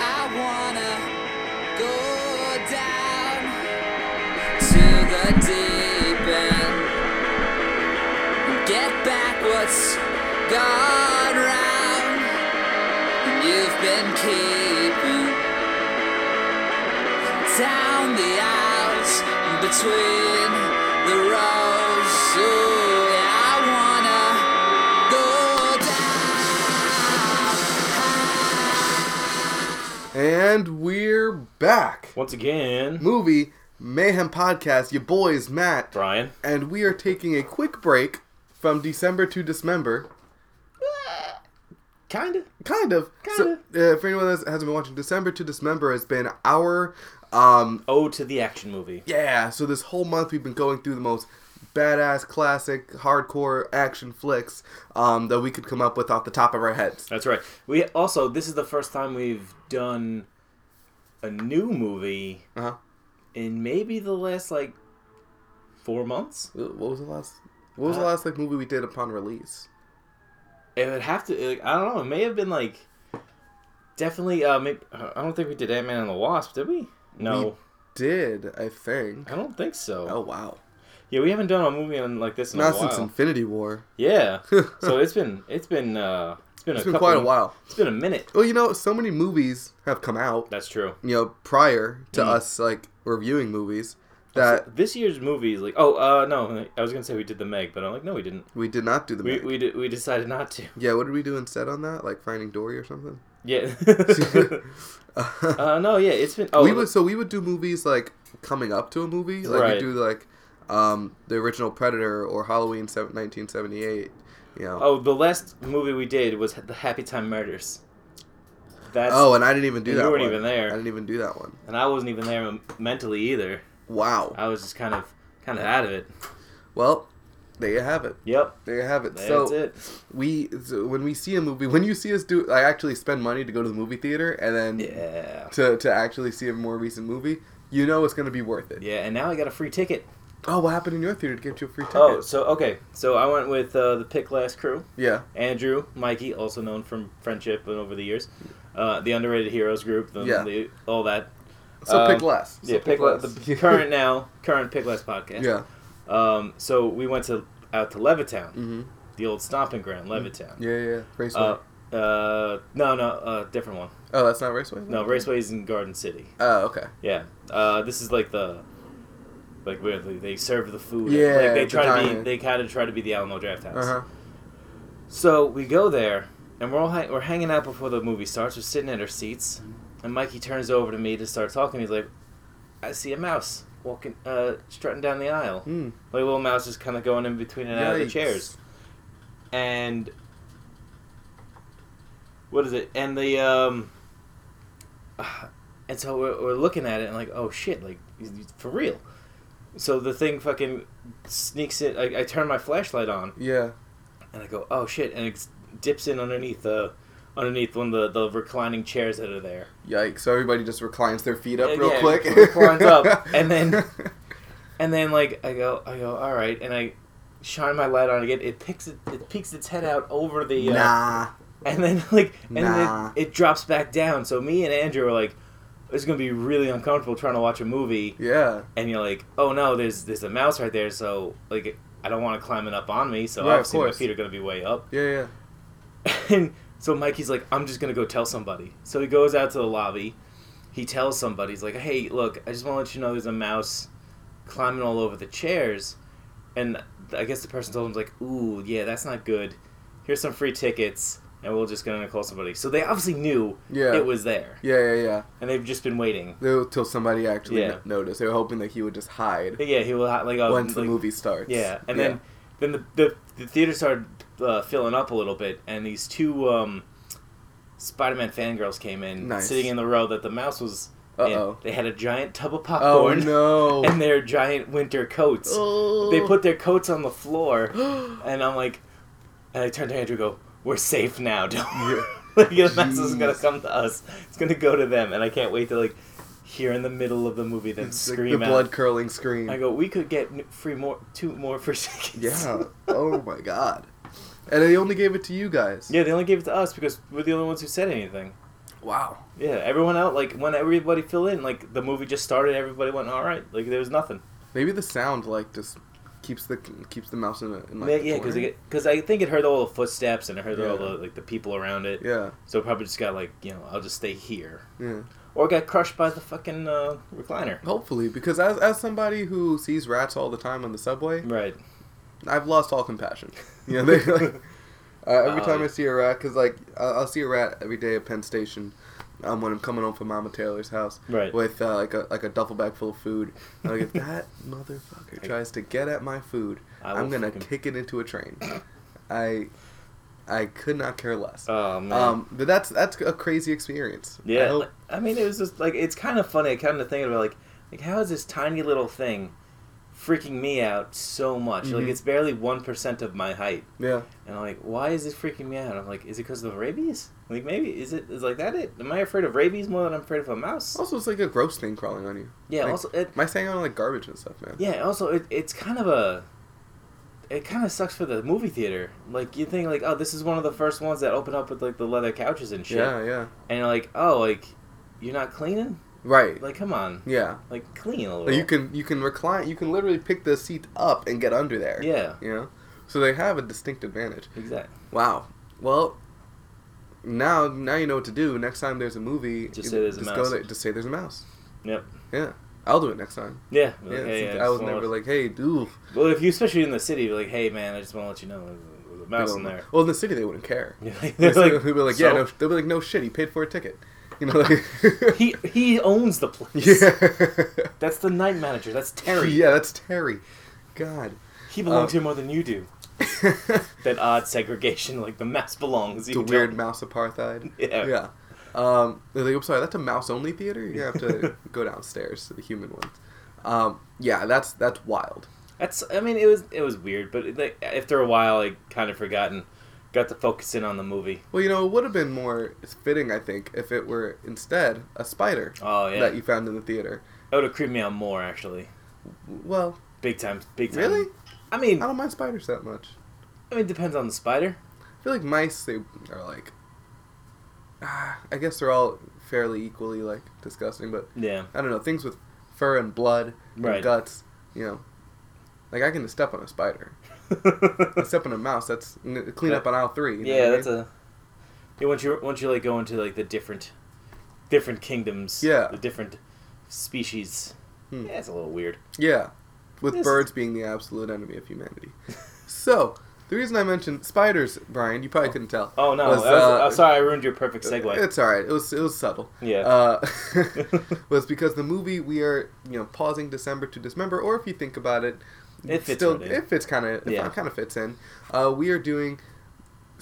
wanna go down to the deep end and get back what's gone round and you've been keeping down the aisles in between the rows. Ooh, yeah, I wanna go And we're back. Once again, Movie Mayhem Podcast, your boys, Matt. Brian. And we are taking a quick break from December to Dismember. Kinda. Kind of. Kinda. So, uh, for anyone that hasn't been watching, December to Dismember has been our. Um, Oh, to the action movie. yeah, so this whole month we've been going through the most badass, classic, hardcore action flicks um, that we could come up with off the top of our heads. That's right. We also this is the first time we've done a new movie Uh huh. in maybe the last like four months. What was the last? What was the Uh, last like movie we did upon release? It would have to. Like, I don't know. It may have been like definitely. Uh, maybe, I don't think we did Ant Man and the Wasp, did we? No, Did I think? I don't think so. Oh wow! Yeah, we haven't done a movie on like this in Not a while. since Infinity War. Yeah. so it's been it's been uh it's been It's a been couple, quite a while. It's been a minute. Well, you know, so many movies have come out, That's true. you know, prior to Mm. us like reviewing movies that So this year's movies like oh uh no I was gonna say we did the Meg but I'm like no we didn't we did not do the. we Meg. we did, we decided not to Yeah, what did we do instead on that? Like Finding Dory or something? yeah uh no yeah it's been oh we would so we would do movies like coming up to a movie, like we Right. do like um, the original Predator or Halloween seven- 1978. You know. oh the last movie we did was the Happy Time Murders that's Oh, and I didn't even do You that. weren't one. even there. I didn't even do that one. and I wasn't even there mentally either Wow. I was just kind of kind of out of it Well, there you have it. yep There you have it. that's so it we, so when we see a movie, when you see us do, I actually spend money to go to the movie theater and then yeah to to actually see a more recent movie. You know it's going to be worth it. yeah and now I got a free ticket Oh, what happened in your theater to get you a free ticket? oh so okay so I went with uh, the Pick Last Crew yeah, Andrew, Mikey, also known from friendship and over the years, uh, the underrated heroes group, the, Yeah. the- all that. so Um, pick less. So yeah, pick less. The current now, current pick less podcast. yeah, Um, so we went to out to Levittown, mm-hmm. the old stomping ground, Levittown. yeah, yeah. yeah. Raceway. Uh, uh, no, no, uh, different one. oh, that's not raceway. No, Raceway's in Garden City. Oh, okay. Yeah. Uh, this is like the. Like where they- they serve the food. Yeah, like they the try to be. diner. They kind of try to be the Alamo Draft House. Uh huh. So we go there, and we're all hang- we're hanging out before the movie starts. We're sitting at our seats, and Mikey turns over to me to start talking. He's like, "I see a mouse walking, uh, strutting down the aisle. Mm. Like a little mouse is kind of going in between and out of the Yikes. chairs." And what is it? And the um, and so we're, we're looking at it and like, oh shit, like he's- he's for real. So the thing fucking sneaks in. I, I turn my flashlight on Yeah. and I go, oh shit, and it dips in underneath the, underneath one of the, the reclining chairs that are there. Yikes! So everybody just reclines their feet up Yeah, real yeah, quick. reclines up, and then- And then like I go, I go, all right, and I shine my light on again. It picks it, it peeks its head out over the, uh, nah. and then like, and Nah. then it, it drops back down. So me and Andrew are like, it's gonna be really uncomfortable trying to watch a movie, Yeah. and you're like, oh no, there's there's a mouse right there, so like. I don't want to climb it up on me, so Yeah, of obviously my course. feet are going to be way up. Yeah. Yeah. And so Mikey's like, I'm just gonna go tell somebody. So he goes out to the lobby. He tells somebody, he's like, Hey, look, I just want to let you know there's a mouse climbing all over the chairs. And I guess the person told him like, Ooh, yeah, that's not good. Here's some free tickets, and we're just gonna call somebody. So they obviously knew Yeah. it was there, Yeah. Yeah. Yeah. and they've just been waiting. Until somebody actually Yeah. no- noticed. They were hoping that he would just hide But yeah, he will ha- like oh, once the like- movie starts. Yeah, and then then the the, the theater started uh, filling up a little bit, and these two um, Spider-Man fangirls came in, Nice. sitting in the row that the mouse was. in. Uh-oh. They had a giant tub of Oh popcorn no. and their giant winter coats. Oh. They put their coats on the floor, and I'm like, and I turned to Andrew, and go, "We're safe now. Don't worry. like, the mouse isn't gonna Jeez. come to us. It's gonna go to them." And I can't wait to like hear in the middle of the movie them It's like scream the out. blood curling scream. I go, we could get n- free more, two more free tickets. yeah. oh my god. And they only gave it to you guys. yeah, they only gave it to us because we're the only ones who said anything. Wow. Yeah, everyone out like when everybody filled in, like the movie just started, everybody went all right. Like there was nothing. Maybe the sound like just keeps the keeps the mouse in, a, in like Yeah, the yeah, because corner. because I think it heard all the footsteps and it heard all Yeah. the like the people around it. yeah, So it probably just got like you know I'll just stay here yeah. or got crushed by the fucking uh, recliner. Hopefully, because as as somebody who sees rats all the time on the subway, Right. I've lost all compassion. You know, they like uh, every Oh, time yeah. I see a rat, because like I- I'll see a rat every day at Penn Station, um, when I'm coming home from Mama Taylor's house, Right. with uh, like a like a duffel bag full of food. And like if that motherfucker tries to get at my food, I I'm will gonna fucking- kick it into a train. I I could not care less. Oh man. um, but that's that's a crazy experience. I yeah. hope- like- I, mean, it was just like it's kind of funny. I kind of thinking about like like how is this tiny little thing freaking me out so much? Like Mhm. it's barely one percent of my height. yeah. And I'm like, why is this freaking me out? I'm like, is it because of rabies? Like, maybe is it is like that? It am I afraid of rabies more than I'm afraid of a mouse? Also, it's like a gross thing crawling on you. Yeah. like- also, it, Am I staying on like garbage and stuff, man? yeah. Also, it, it's kind of a. It kind of sucks for the movie theater. Like you think, like, oh, this is one of the first ones that open up with like the leather couches and shit. yeah, yeah. And you're like, oh, like, you're not cleaning. Right. Like, come on, yeah. like, clean a little. Like, you can you can recline. You can literally pick the seat up and get under there. Yeah. You know, so they have a distinct advantage. Exactly. Wow. Well, now now you know what to do. Next time there's a movie, Just you- say there's a just mouse. there, just say there's a mouse. Yep. Yeah. I'll do it next time. Yeah. Yeah, like, hey, since just I was wanna- never like, hey, dude. Well, if you, especially in the city, you're like, hey, man, I just want to let you know there's a mouse in there. Well, in the city they wouldn't care. They're They'll be like, yeah, "So?" no, they'll be like, no shit, he paid for a ticket. You know, like, He he owns the place. yeah. That's the night manager. That's Terry. Yeah, that's Terry. God. He belongs Um, here more than you do. it's That odd segregation, like the mouse belongs. a you weird don't. mouse apartheid. Yeah. Yeah. Um, they're like, I'm sorry, that's a mouse only theater? You have to go downstairs to the human ones. Um, yeah, that's that's wild. That's. I mean, it was it was weird, but it, like, after a while, I kind of forgotten. Got to focus in on the movie. Well, you know, it would have been more fitting, I think, if it were instead a spider Oh yeah, that you found in the theater. that would have creeped me out more actually. Well, Big time, big time. really? I mean, I I don't mind spiders that much. mean, it depends on the spider. I feel like mice, they are like. ah, I guess they're all fairly equally, like, disgusting, but Yeah. I don't know, things with fur and blood and Right. guts, you know. Like I can just step on a spider. I step on a mouse, that's n- clean up on aisle three. you know what yeah, I that's mean? a. Yeah, once you once you like go into like the different, different kingdoms. Yeah. The different species. Hmm. Yeah, it's a little weird. Yeah. With This- birds being the absolute enemy of humanity. so, the reason I mentioned spiders, Brian, you probably couldn't tell. Oh no! was, that was- uh, I'm sorry, I ruined your perfect segue. It's alright. It was it was subtle. yeah. Uh, was because the movie we are you know pausing December to Dismember, or if you think about it, It fits still right it in. fits kind of Yeah. it kind of fits in. Uh, we are doing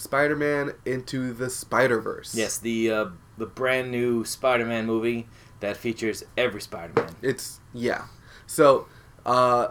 Spider-Man into the Spider-Verse. yes, the uh, the brand new Spider-Man movie that features every Spider-Man. It's yeah. So, uh,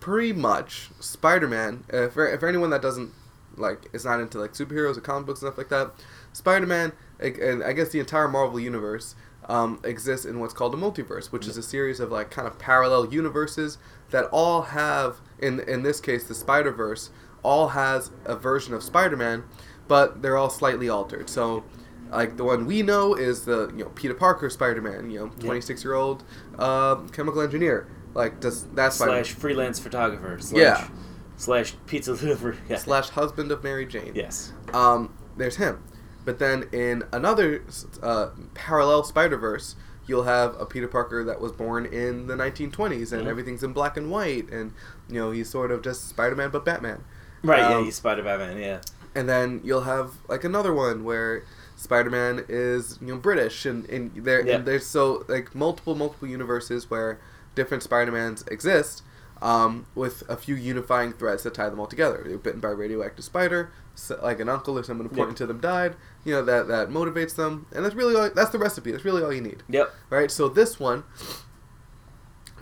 pretty much Spider-Man. Uh, for for anyone that doesn't like is not into like superheroes or comic books and stuff like that, Spider-Man like, and I guess the entire Marvel universe um, exists in what's called a multiverse, which is a series of like kind of parallel universes that all have in in this case the Spider-Verse all has a version of Spider-Man, but they're all slightly altered. So like the one we know is the you know Peter Parker Spider-Man, you know, 26-year-old uh, chemical engineer. Like does that Spider-Man slash freelance photographer. Slash, Yeah. Slash pizza delivery. Yeah. slash husband of Mary Jane. yes. Um, there's him. But then in another uh, parallel Spider Verse, you'll have a Peter Parker that was born in the 1920s, and Mhm. everything's in black and white, and you know he's sort of just Spider Man but Batman. Right. yeah. Um, He's Spider Batman. Yeah. And then you'll have like another one where Spider Man is you know British, and and there Yeah. and there's so like multiple multiple universes where different Spider Mans exist. Um, with a few unifying threads that tie them all together. They were bitten by a radioactive spider, so, like an uncle or someone important to them died. You know that that motivates them, and that's really all, that's the recipe. That's really all you need Yep. right? So this one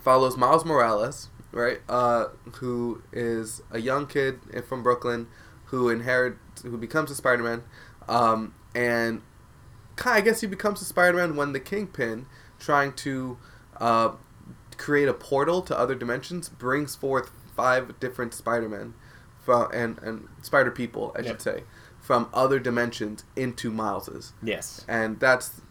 follows Miles Morales, right? Uh, who is a young kid from Brooklyn who inherits, who becomes a Spider-Man, um, and ki- I guess he becomes a Spider-Man when the Kingpin, trying to uh, create a portal to other dimensions, brings forth five different Spider-Men, fro- and and Spider people, I Yeah. should say, from other dimensions into Miles's. Yes. And that's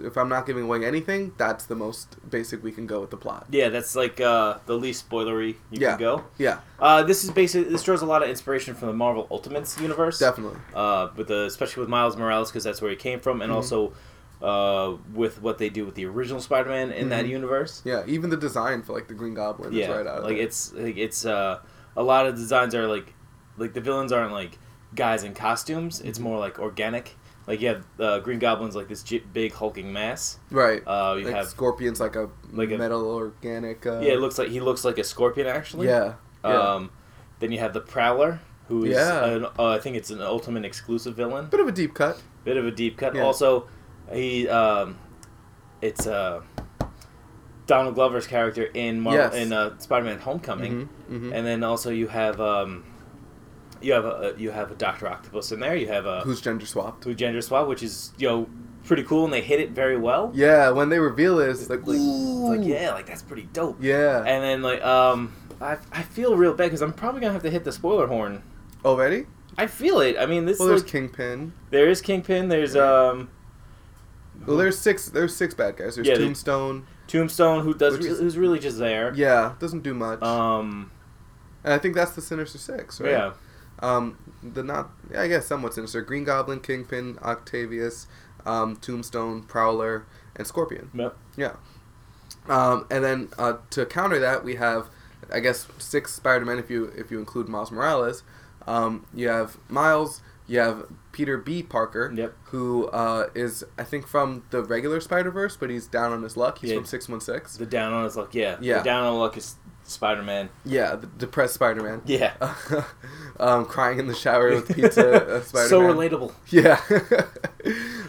if I'm not giving away anything, that's the most basic we can go with the plot. Yeah, that's like uh, the least spoilery you Yeah. can go. Yeah, Uh, this is basically this draws a lot of inspiration from the Marvel Ultimates universe. definitely. uh, with the especially with Miles Morales because that's where he came from, and Mm-hmm. also uh, with what they do with the original Spider-Man in that Mhm. universe. Yeah, even the design for like the Green Goblin Yeah, is right out of like there. it's like it's uh, a lot of designs are like like the villains aren't like guys in costumes. It's Mm-hmm. more like organic. Like you have uh, Green Goblin's like this j- big hulking mass. right. Uh, you like have Scorpion's like a like a- metal organic. Uh, yeah, it looks like he looks like a scorpion actually. yeah, yeah. Um, then you have the Prowler, who is Yeah. an, uh, I think it's an Ultimate exclusive villain. Bit of a deep cut. bit of a deep cut. Yeah. Also, he um, it's uh, Donald Glover's character in Marvel Yes. in uh, Spider-Man: Homecoming, Mm-hmm, mm-hmm. and then also you have um, you have a, uh, you have a Doctor Octopus in there. You have a Who's gender swapped? two gender swap, which is you know pretty cool, and they hit it very well. Yeah, when they reveal it, it's like, like, ooh, it's like, yeah, like that's pretty dope. yeah. And then like um, I I feel real bad because I'm probably gonna have to hit the spoiler horn. Already? I feel it. I mean, this Oh, Well, is there's like, Kingpin. there is Kingpin. There's um. Well, there's six. There's six bad guys. There's Yeah, they- Tombstone. Tombstone, who does Which re- is- who's really just there. Yeah, doesn't do much. Um, and I think that's the Sinister Six, right? yeah, Um, the not, yeah, I guess, somewhat sinister. Green Goblin, Kingpin, Octavius, um, Tombstone, Prowler, and Scorpion. Yep. Yeah. Um, and then uh, to counter that, we have, I guess, six Spider-Men if you if you include Miles Morales. Um, you have Miles. You have Peter B. Parker, Yep. who uh, is I think from the regular Spider Verse, but he's down on his luck. He's Yeah. from six one six. the down on his luck. Yeah, Yeah. The down on luck is Spider Man. Yeah, the depressed Spider Man. Yeah, um, crying in the shower with pizza. Uh, Spider-Man. so relatable. Yeah.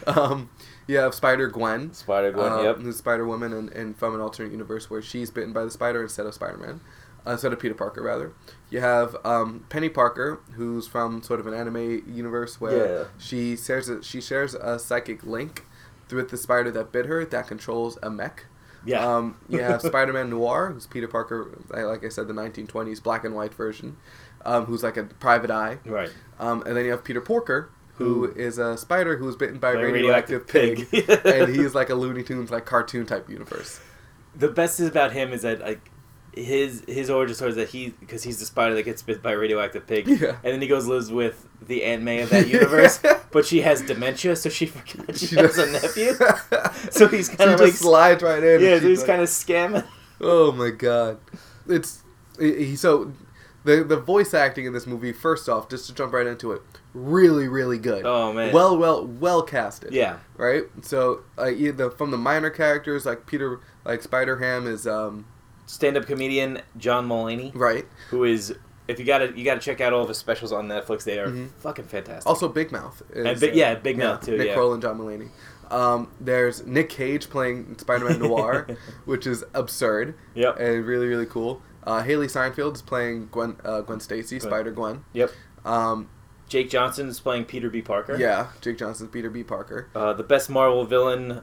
um, you have Spider Gwen, Spider Gwen. uh, yep. who's Spider Woman, and, and from an alternate universe where she's bitten by the spider instead of Spider Man, uh, instead of Peter Parker, rather. You have um, Penny Parker, who's from sort of an anime universe where Yeah. she shares a, she shares a psychic link with the spider that bit her that controls a mech. Yeah. Um, you have Spider-Man Noir, who's Peter Parker, I- like I said, the 1920s black and white version, um, who's like a private eye. right. Um, and then you have Peter Porker, who Who- is a spider who was bitten by a By a radioactive, radioactive pig, pig. and he's like a Looney Tunes like cartoon type universe. The best is about him is that like his his origin story is that he because he's the spider that gets bit by a radioactive pig. Yeah. And then he goes lives with the Aunt May of that universe, Yeah. but she has dementia, so she forgot she, has a nephew. So he's She kind of just like slides right in. and yeah, she's so he's like, kind of scamming. Oh my god, it's he- he- so the the voice acting in this movie. First off, just to jump right into it, really really good. Oh, man. well well well casted. Yeah. right? So uh, either from the minor characters like Peter, like Spider Ham is um Stand up comedian John Mulaney. right. who is if you gotta you gotta check out all of his specials on Netflix. They are Mhm. fucking fantastic. Also Big Mouth. Is, uh, And Big- yeah, Big Mouth too, Nick yeah. Kroll and John Mulaney. Um, there's Nick Cage playing Spider-Man Noir, which is absurd Yep. and really really cool. Uh, Haley Seinfeld is playing Gwen uh, Gwen Stacy, Gwen. Spider Gwen. yep. Um, Jake Johnson is playing Peter B. Parker. yeah, Jake Johnson's Peter B. Parker. Uh, the best Marvel villain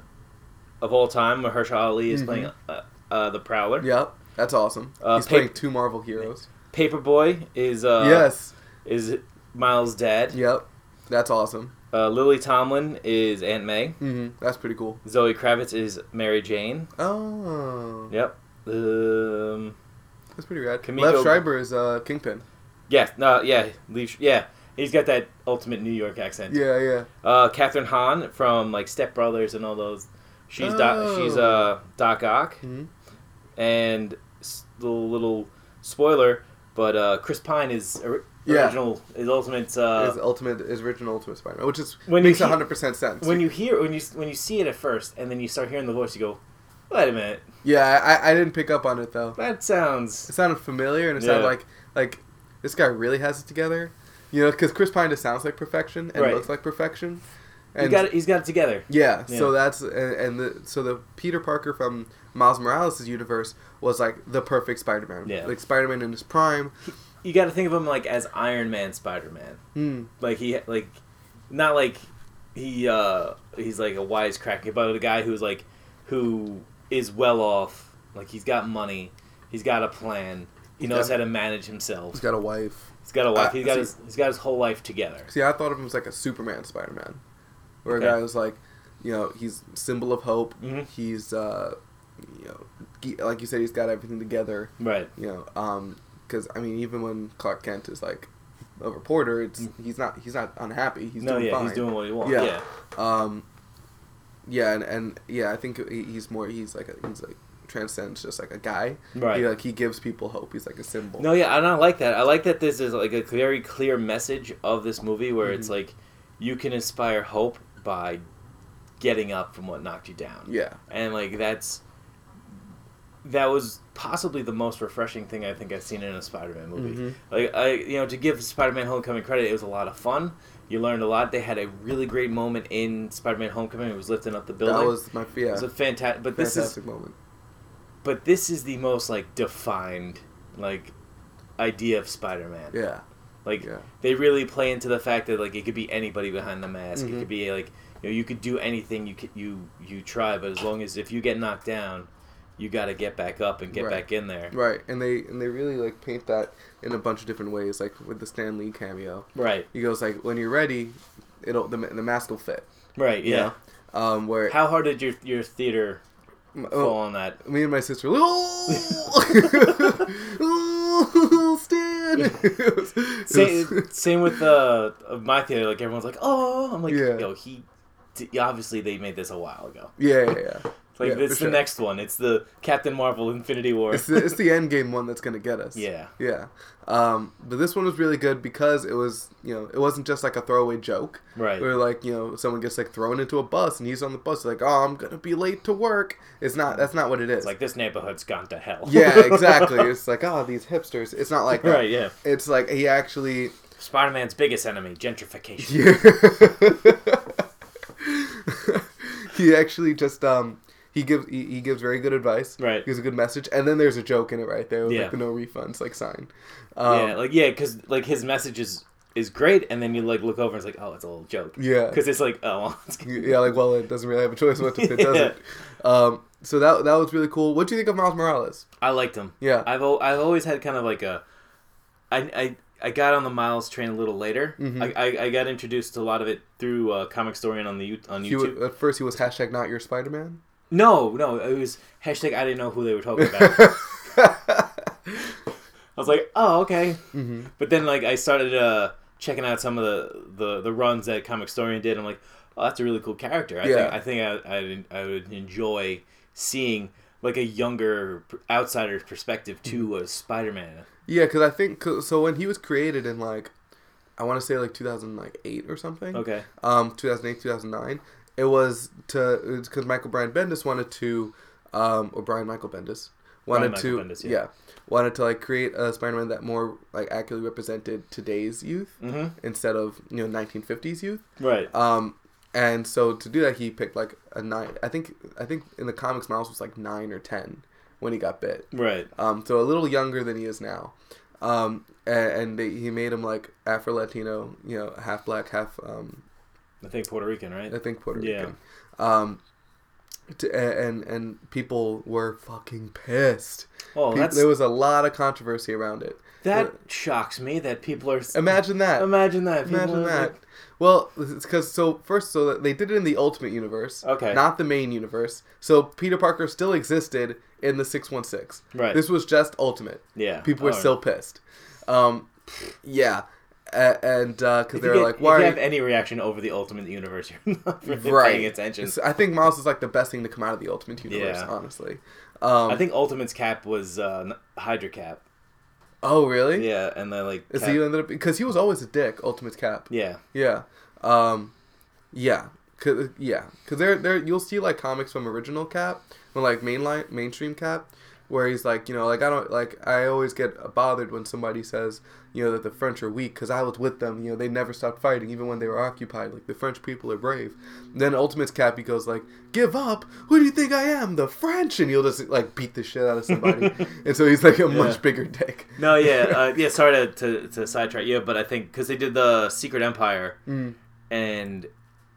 of all time, Mahershala Ali, is Mhm. playing uh, uh, the Prowler. Yep, that's awesome. Uh, He's Pig- playing two Marvel heroes. Paperboy is uh, yes. is Miles' dad. Yep. That's awesome. Uh, Lily Tomlin is Aunt May. hmm That's pretty cool. Zoe Kravitz is Mary Jane. Oh. Yep. Um, That's pretty rad. Kamiko- Lev Schreiber is uh, Kingpin. yeah. No. Yeah. Leave. Yeah. He's got that ultimate New York accent. Yeah, yeah. Uh, Catherine Hahn from like Step Brothers and all those. She's Doc. Oh. She's uh Doc Ock, Mhm. and s- the little spoiler, but uh Chris Pine is or- Yeah. original is ultimate. Uh, his ultimate, his original Ultimate Spider-Man, which is When makes you hear- hundred percent sense. when you hear when you s- when you see it at first, and then you start hearing the voice, you go, "Wait a minute, yeah, I, I didn't pick up on it though. that It sounds." sounded familiar, and it sounded Yeah. like like this guy really has it together, you know? Because Chris Pine just sounds like perfection and Right. looks like perfection. He And got it, he's got it together. yeah, Yeah. so that's and, and the so the Peter Parker from Miles Morales' universe was like the perfect Spider-Man. Yeah. like Spider-Man in his prime. You got to think of him like as Iron Man, Spider Man. Hmm. Like he like, not like he uh he's like a wise cracker, but a guy who's like who is well off. Like he's got money, he's got a plan. He knows Yeah. how to He's manage himself. got a wife. He's got a life. Uh, He's got so- his he's got his whole life together. See, I thought of him as like a Superman Spider Man, where Okay. a guy was like, you know, he's symbol of hope. Mhm. He's, uh, you know, ge- like you said, he's got everything together. Right. You know, because I mean, even when Clark Kent is like a reporter, it's he's not he's not unhappy. He's Mm. no, doing yeah, fine. he's doing what he wants. Yeah. yeah. Um, yeah, and, and yeah, I think he- he's more he's like a, he's like transcends just like a guy. Right. He, like he gives people hope. He's like a symbol. No, yeah, and I like that. I like that this is like a very clear message of this movie where it's like you can inspire hope by getting up from what knocked you down. Yeah. And like that's that was possibly the most refreshing thing I think I've seen in a Spider-Man movie. Mhm. Like I you know, to give Spider-Man Homecoming credit, it was a lot of fun. You learned a lot. They had a really great moment in Spider-Man Homecoming. It was lifting up the building. That was my yeah. it was a fantastic but this fantastic is moment. but this is the most like defined like idea of Spider-Man. Yeah. Like Yeah. they really play into the fact that like it could be anybody behind the mask. It Mhm. could be like you know you could do anything you could, you you try, but as long as if you get knocked down, you got to get back up and get Right. back in there. Right, and they and they really like paint that in a bunch of different ways, like with the Stan Lee cameo. Right. He goes like, "When you're ready, it'll the, ma- the mask will fit." Right. you Yeah. know? Um, where How hard did your your theater m- fall oh, on that? me and my sister, were like, "Ooh, Stan. It was- it Same, was- same with uh of my theater. Like everyone's like, oh, I'm like, Yeah. yo, he. d- Obviously, they made this a while ago. yeah, yeah, yeah. Like Yeah, it's for the sure. next one. It's the Captain Marvel Infinity War. It's the, it's the end game one that's gonna get us. yeah. Yeah. Um, but this one was really good because it was, you know, it wasn't just like a throwaway joke. Right. Where like, you know, someone gets like thrown into a bus and he's on the bus like, "Oh, I'm going to be late to work." It's not that's not what it is. It's like this neighborhood's gone to hell. yeah, exactly. it's like, "Oh, these hipsters." It's not like that. right. Yeah. It's like he actually Spider Man's biggest enemy, gentrification. yeah. he actually just um he gives he, he gives very good advice. Right. Gives a good message, and then there's a joke in it right there with Yeah. like the no refunds like sign. Um, yeah, like yeah, because like his message is is great, and then you like look over and it's like, oh, it's a little joke. Yeah. because it's like, oh, well, it's good. yeah, like well, it doesn't really have a choice what to fit, does Yeah. it? Um, so that that was really cool. What do you think of Miles Morales? I liked him. Yeah. I've al- I've always had kind of like a, I I. I got on the Miles train a little later. Mm-hmm. I, I, I got introduced to a lot of it through uh, Comic Story and on the you- on He uh, YouTube. wa- at first he was hashtag not your Spider Man. no, no, it was hashtag I didn't know who they were talking about. I was like, oh okay. Mm-hmm. But then like I started uh, checking out some of the, the the runs that Comic Story did. I'm like, oh, that's a really cool character. I Yeah. think I think I I'd, I would enjoy seeing like a younger p- outsider's perspective to Mm-hmm. a Spider-Man. yeah, because I think 'cause- so when he was created in like, I want to say like 2008 or something. Okay. um, 2008, 2009. It was to because Michael Brian Bendis wanted to, um, or Brian Michael Bendis wanted Michael to, Bendis, yeah. yeah. wanted to like create a Spider-Man that more like accurately represented today's youth Mm-hmm. instead of you know 1950s youth. Right. Um, and so to do that, he picked like a nine. I think I think in the comics, Miles was like nine or ten when he got bit. right. Um, so a little younger than he is now. Um, and, and they, he made him like Afro Latino, you know, half black, half um, I think Puerto Rican, right? I think Puerto Yeah. Rican. Um, to, a- and and people were fucking pissed. Oh, Peop- that's there was a lot of controversy around it. that shocks me that people are. s- uh, Imagine that. Imagine that. people Imagine are that. like- Well, it's because so first, so that they did it in the Ultimate Universe, Okay. not the main universe. So Peter Parker still existed in the six one six. Right. This was just Ultimate. Yeah. People were Oh. still pissed. Um, yeah, A- and because If they you, were get, like, if you why? have any reaction over the Ultimate Universe, you're not really right. paying attention. It's- I think Miles is like the best thing to come out of the Ultimate Universe, Yeah. honestly. Um, I think Ultimate's cap was uh, n- Hydra cap. oh, really? Yeah, and then like Is cap- he ended up because he was always a dick, Ultimate Cap. yeah. Yeah. Um, yeah. Cause, yeah. Cause there, there, you'll see like comics from original Cap, or like mainline, mainstream Cap, where he's like, you know, like I don't, like I always get bothered when somebody says, you know, that the French are weak, cause I was with them. You know, they never stopped fighting, even when they were occupied. Like the French people are brave. Then Ultimate's Cap, he goes like, give up? Who do you think I am, the French? And he'll just like beat the shit out of somebody. and so he's like a much bigger dick. No, yeah, uh, yeah. Sorry Hmm. to, to, to sidetrack. Yeah, but I think because they did the Secret Empire, and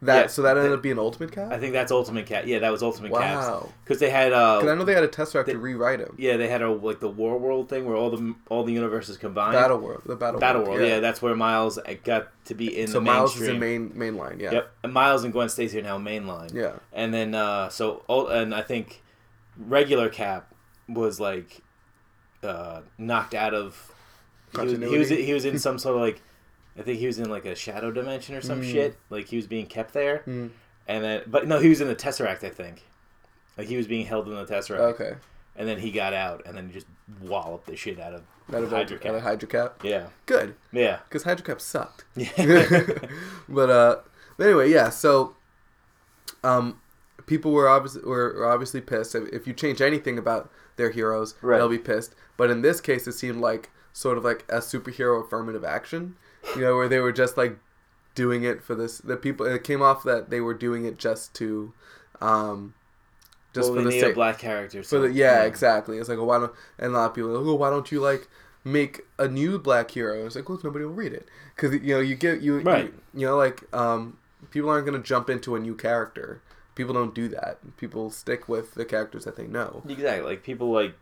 That Yeah, so that ended the- up being Ultimate Cat. I think that's Ultimate Cat. Yeah, that was Ultimate Cats. Wow. Because they had uh, Because I know they had a test track to rewrite him. yeah, they had a like the War World thing where all the all the universes combined. Battle World, the Battle, Battle World. Yeah. that's where Miles uh, got to be in So the Miles is mainstream. the main main line. Yeah. Yep, and Miles and Gwen Stacy are now mainline. Yeah. and then uh, so all- and I think regular Cap was like uh, knocked out of. he was- He was, he Continuity. was in some sort of like, I think he was in like a shadow dimension or some Hmm. shit. Like he was being kept there, and then but no, he was in the Tesseract. I think, like he was being held in the Tesseract, Okay. and then he got out, and then he just walloped the shit out of That Hydra evolved Cap. Hydra Hydra Cap. Yeah, Good, yeah. because Hydra Cap sucked. Yeah. but uh, but anyway, yeah. So, um, people were obviously were, were obviously pissed. If, if you change anything about their heroes, Right. they'll be pissed. But in this case, it seemed like sort of like a superhero affirmative action. You know, where they were just like doing it for this. The people. It came off that they were doing it just to, um, just Well, for we the need sake. a black character. For so- the, uh, yeah, exactly. It's like well, why don't and a lot of people are like, well, why don't you like make a new black hero? It's like well, nobody will read it because you know you get you Right. you, you know like um people aren't gonna jump into a new character. People don't do that. People stick with the characters that they know. Exactly. Like people like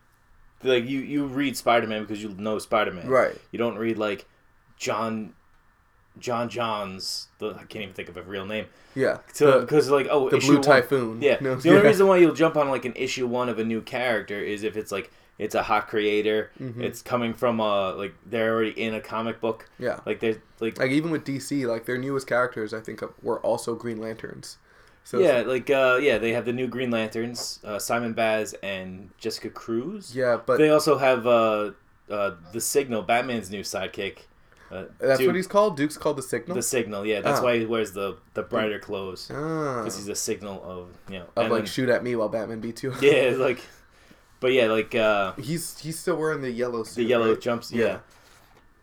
like you you read Spider Man because you know Spider Man. Right. You don't read like John John Johns. The, I can't even think of a real name. Yeah. So The- because like oh the issue Blue one- Typhoon. Yeah. No, the only yeah. reason why you'll jump on like an issue one of a new character is if it's like it's a hot creator. Mm-hmm. It's coming from a like they're already in a comic book. Yeah. Like they're like. like even with DC, like their newest characters, I think uh, were also Green Lanterns. So it's- yeah, like uh, yeah, they have the new Green Lanterns, uh, Simon Baz and Jessica Cruz. yeah, but they also have uh, uh, the Signal, Batman's new sidekick. Uh, that's Duke, what he's called. Duke's called the Signal. the Signal. Yeah, that's Ah. why he wears the the brighter clothes ah, because he's a signal of you know of and like then- shoot at me while Batman beats you. yeah, it's like, but yeah, like uh, He's he's still wearing the yellow suit. the yellow right? jumps. Yeah. Yeah.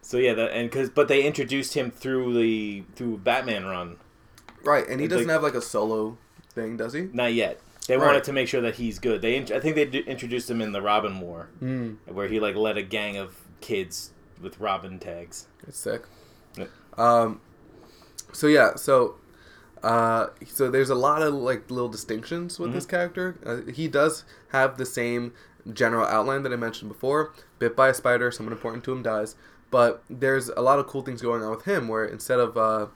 So yeah, that, and because but they introduced him through the through Batman run. Right, and he It's doesn't like- have like a solo thing, does he? Not yet. They Right. wanted to make sure that he's good. They, int- I think they d- introduced him in the Robin War, Hmm. mm. where he like led a gang of kids with Robin tags. It's sick. Yeah. Um, so yeah, so uh, so there's a lot of like little distinctions with Mm-hmm. this character. Uh, he does have the same general outline that I mentioned before: bit by a spider, someone important to him dies. But there's a lot of cool things going on with him, where instead of uh,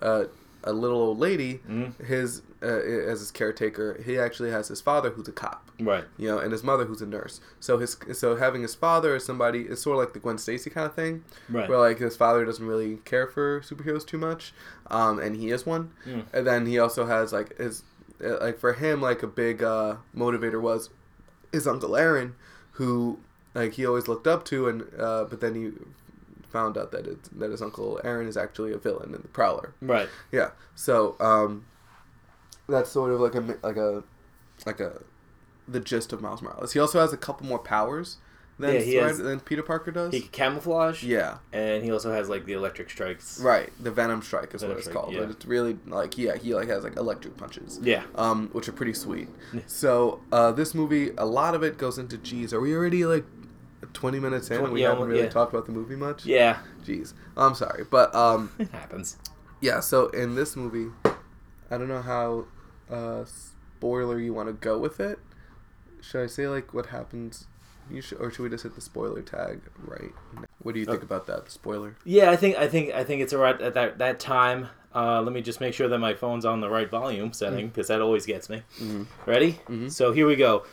uh, a little old lady, Mm-hmm. his uh, as his caretaker, he actually has his father, who's a cop. Right. you know, and his mother who's a nurse. So his so having his father as somebody is sort of like the Gwen Stacy kind of thing, Right. Where like his father doesn't really care for superheroes too much, um, and he is one. And then he also has like his uh, like for him like a big uh, motivator was his uncle Aaron, who like he always looked up to, and uh, but then he found out that it, that his uncle Aaron is actually a villain in the Prowler. Right. Yeah. So um, that's sort of like a mi- like a like a the gist of Miles Morales. He also has a couple more powers than Yeah, he Spider- has- than Peter Parker does. He could camouflage. yeah. and he also has like the electric strikes. Right. The Venom Strike is Venom what it's Strike, called. yeah. But it's really like yeah, he like has like electric punches. Yeah. Um, which are pretty sweet. So uh, this movie, a lot of it goes into geez, are we already like twenty minutes in? and Twen- we yeah, haven't really yeah. talked about the movie much. Yeah, Jeez. I'm sorry, but um. it happens. Yeah, so in this movie, I don't know how uh, spoiler you want to go with it. Should I say like what happens? You should, or should we just hit the spoiler tag right? now? What do you think about that the spoiler? Yeah, I think I think I think it's around at that that time. Uh, let me just make sure that my phone's on the right volume setting because that always gets me. Ready? So here we go.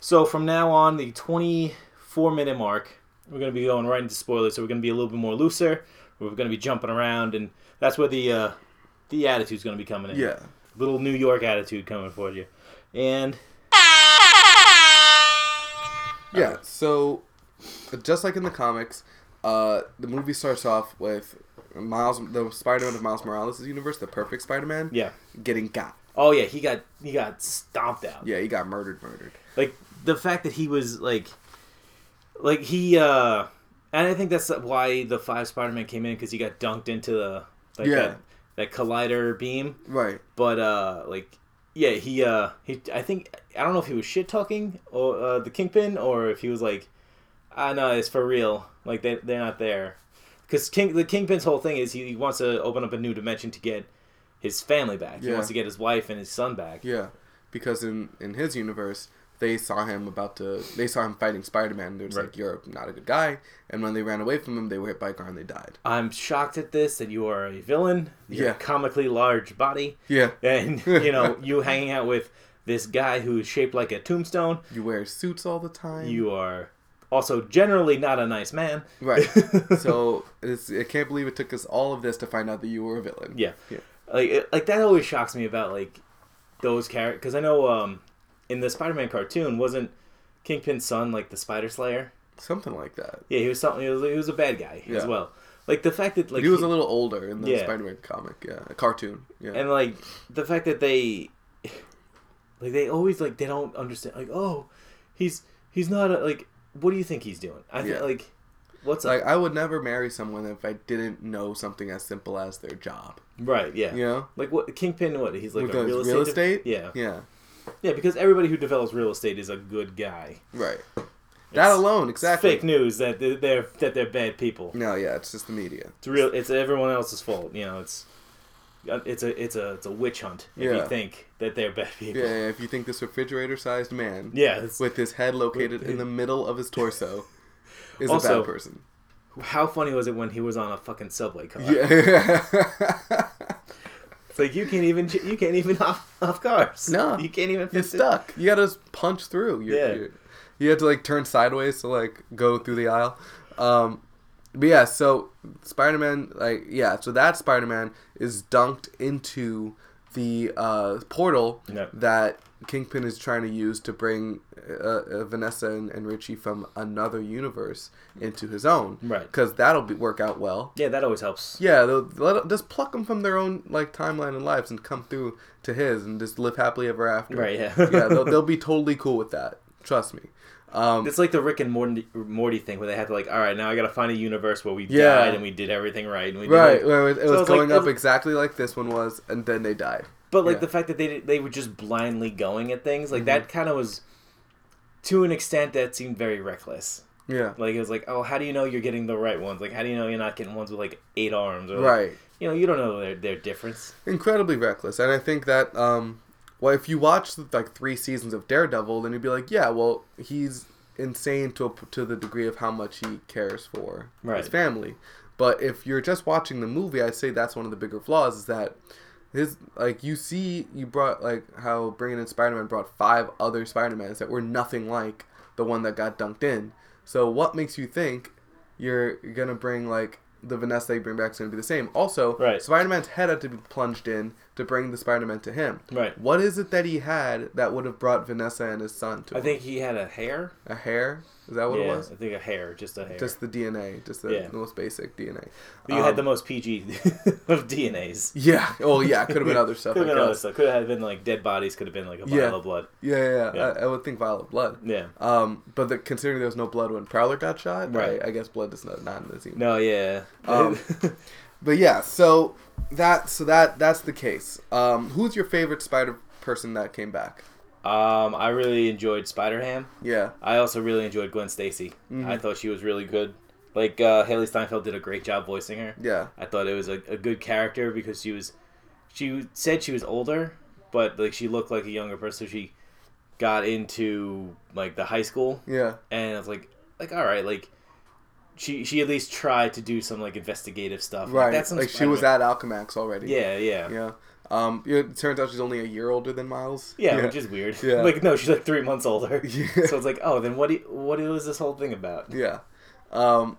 So from now on, the 24 minute mark, we're going to be going right into spoilers. So we're going to be a little bit more looser. We're going to be jumping around, and that's where the uh, the attitude's going to be coming in. Yeah, little New York attitude coming for you, and yeah. So just like in the comics, uh, the movie starts off with Miles, the Spider-Man of Miles Morales' universe, the perfect Spider-Man, yeah. getting got. Oh yeah, he got he got stomped out. Yeah, he got murdered, murdered. like the fact that he was like like he uh and i think that's why the five spider-man came in because he got dunked into the like Yeah. that, that collider beam Right. but uh like yeah he uh he i think i don't know if he was shit talking or uh, the kingpin or if he was like i know it's for real like they, they're not there because king the kingpin's whole thing is he, he wants to open up a new dimension to get his family back. He Yeah. wants to get his wife and his son back. Yeah, because in in his universe, they saw him about to. They saw him fighting Spider Man. They were just Right. like, "You're not a good guy." And when they ran away from him, they were hit by a car and they died. I'm shocked at this that you are a villain. You're Yeah. a comically large body. Yeah, And you know, you hanging out with this guy who is shaped like a tombstone. you wear suits all the time. You are also generally not a nice man. right. so it's, I can't believe it took us all of this to find out that you were a villain. Yeah. Yeah. Like it- like that always shocks me about like those characters because I know um in the Spider-Man cartoon wasn't Kingpin's son like the Spider Slayer? something like that. Yeah, he was something. He was, he was a bad guy as Yeah. well. Like the fact that like he was a little older in the Yeah. Spider Man comic. Yeah, a cartoon. Yeah, and like the fact that they like they always like they don't understand like oh he's he's not a, like what do you think he's doing? I think Yeah. like what's like like I would never marry someone if I didn't know something as simple as their job. right yeah You know. like what Kingpin what he's like With a those real estate, real de- estate? yeah. yeah Yeah. because everybody who develops real estate is a good guy. Right. that It's- alone, exactly. Fake news that they're- they're that they're bad people. No, yeah, it's just the media. It's real. It's everyone else's fault. You know, it's it's a it's a it's a witch hunt if you Yeah. think that they're bad people. Yeah, yeah, if you think this refrigerator-sized man, Yeah, it's- with his head located in the middle of his torso, is a Also- bad person. How funny was it when he was on a fucking subway uh, car? Yeah. It's like you can't even you can't even off off cars. No. you can't even You're fix it. stuck. You gotta just punch through. you Yeah. you you have to like turn sideways to like go through the aisle. Um, but yeah, so Spider-Man, like yeah, so that Spider-Man is dunked into the uh, portal Yeah. that Kingpin is trying to use to bring uh, uh, Vanessa and, and Richie from another universe into his own, Right. Because that'll be, work out well. Yeah, that always helps. Yeah, they'll, let, just pluck them from their own like timeline and lives and come through to his and just live happily ever after. Right, yeah. yeah, they'll, they'll be totally cool with that. Trust me. Um, It's like the Rick and Morty, Morty thing where they have to like, all right, now I gotta find a universe where we Yeah. died and we did everything right. And we did right, everything- where it, it So was it's like going up the- exactly like this one was, and then they died. But like Yeah. Mm-hmm. the fact that they did- they were just blindly going at things like that kind of was, to an extent, that seemed very reckless. Yeah. Like it was like, oh, how do you know you're getting the right ones? Like how do you know you're not getting ones with like eight arms? Or, like, Right. you know, you don't know their their difference. Incredibly reckless, and I think that um, well, if you watch like three seasons of Daredevil, then you'd be like, yeah, well, he's insane to a, to the degree of how much he cares for Right. his family. But if you're just watching the movie, I'd say that's one of the bigger flaws is that his like you see you brought like how bringing in Spider-Man brought five other Spider-Mans that were nothing like the one that got dunked in. So what makes you think you're gonna bring like the Vanessa they bring back is gonna be the same? Also, Right. Spider-Man's head had to be plunged in to bring the Spider-Man to him. Right. What is it that he had that would have brought Vanessa and his son to I him? think he had a hair. a hair. Is that what yeah, it was? I think a hair, just a hair. Just the DNA, just the, Yeah. the most basic DNA. But you had Um, the most PG of DNAs. Yeah. Oh, yeah. Could have been other stuff. Could have I been other guess. stuff. Could have been like dead bodies. Could have been like a vial Yeah. of blood. Yeah, yeah. yeah. Yeah. I, I would think violet blood. Yeah. Um, but the, considering there was no blood when Prowler got shot, Right. right? I, I guess blood is not not in the scene. No, yeah. Um, But yeah, so that so that that's the case. Um, who's your favorite Spider person that came back? um, I really enjoyed Spider Ham. Yeah. I also really enjoyed Gwen Stacy. Mm-hmm. I thought she was really good. Like uh, Haley Steinfeld did a great job voicing her. Yeah. I thought it was a, a good character because she was, she said she was older, but like she looked like a younger person. So she got into like the high school Yeah. and I was like, like all right, like she she at least tried to do some like investigative stuff. Right. Like, that's some like she was Spider-Man. at Alchemax already. Yeah, yeah, yeah, Yeah. Um, it turns out she's only a year older than Miles. which is weird. Yeah. like no, she's like three months older. Yeah. So it's like, oh, then what? Do you, what is this whole thing about? yeah. Um,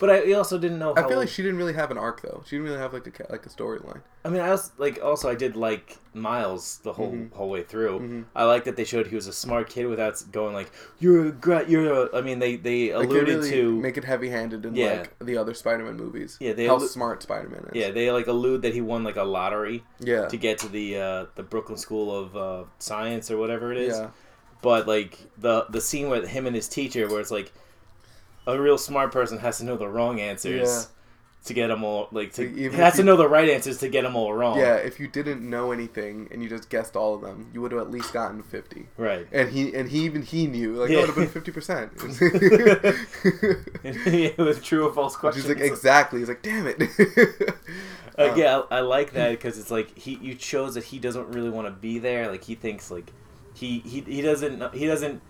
But I also didn't know. How I feel like she didn't really have an arc though. She didn't really have like a ca- like a storyline. I mean, I also like also I did like Miles the whole Mm-hmm. whole way through. I like that they showed he was a smart kid without s- going like you're a gra- you're. A, I mean, they they Like, alluded they really to make it heavy-handed in Yeah. like the other Spider-Man movies. Yeah, they how allu- smart Spider-Man is. yeah they like allude that he won like a lottery yeah, to get to the uh, the Brooklyn School of uh, Science or whatever it is. yeah, But like the the scene with him and his teacher, where it's like a real smart person has to know the wrong answers to get them all like to Like, even has if to you- know the right answers to get them all wrong. yeah. If you didn't know anything and you just guessed all of them, you would have at least gotten fifty. right. And he and he even he knew like that Yeah. would have been fifty percent. it was true or false She's questions. like exactly. He's like, damn it. Like, yeah, I I like that because it's like he you chose that he doesn't really want to be there. Like he thinks like he he, he doesn't he doesn't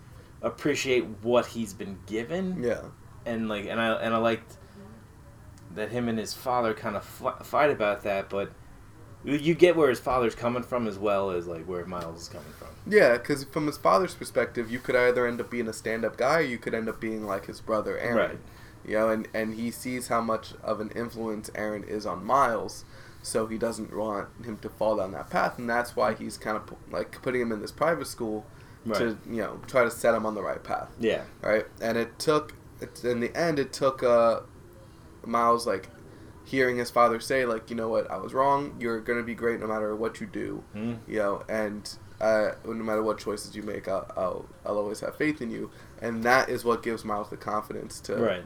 appreciate what he's been given. Yeah. And like and I and I liked that him and his father kind of f- fight about that, but you- you get where his father's coming from as well as like where Miles is coming from. Yeah, because from his father's perspective, you could either end up being a stand-up guy, or you could end up being like his brother Aaron. Right. You know, and and he sees how much of an influence Aaron is on Miles, so he doesn't want him to fall down that path, and that's why he's kind of like putting him in this private school to Right. you know try to set him on the right path. Yeah. Right, and it took it, in the end, it took uh, Miles like hearing his father say like, you know what, I was wrong. You're gonna be great no matter what you do Mm. you know, and uh, no matter what choices you make, I'll, I'll, I'll always have faith in you, and that is what gives Miles the confidence to Right.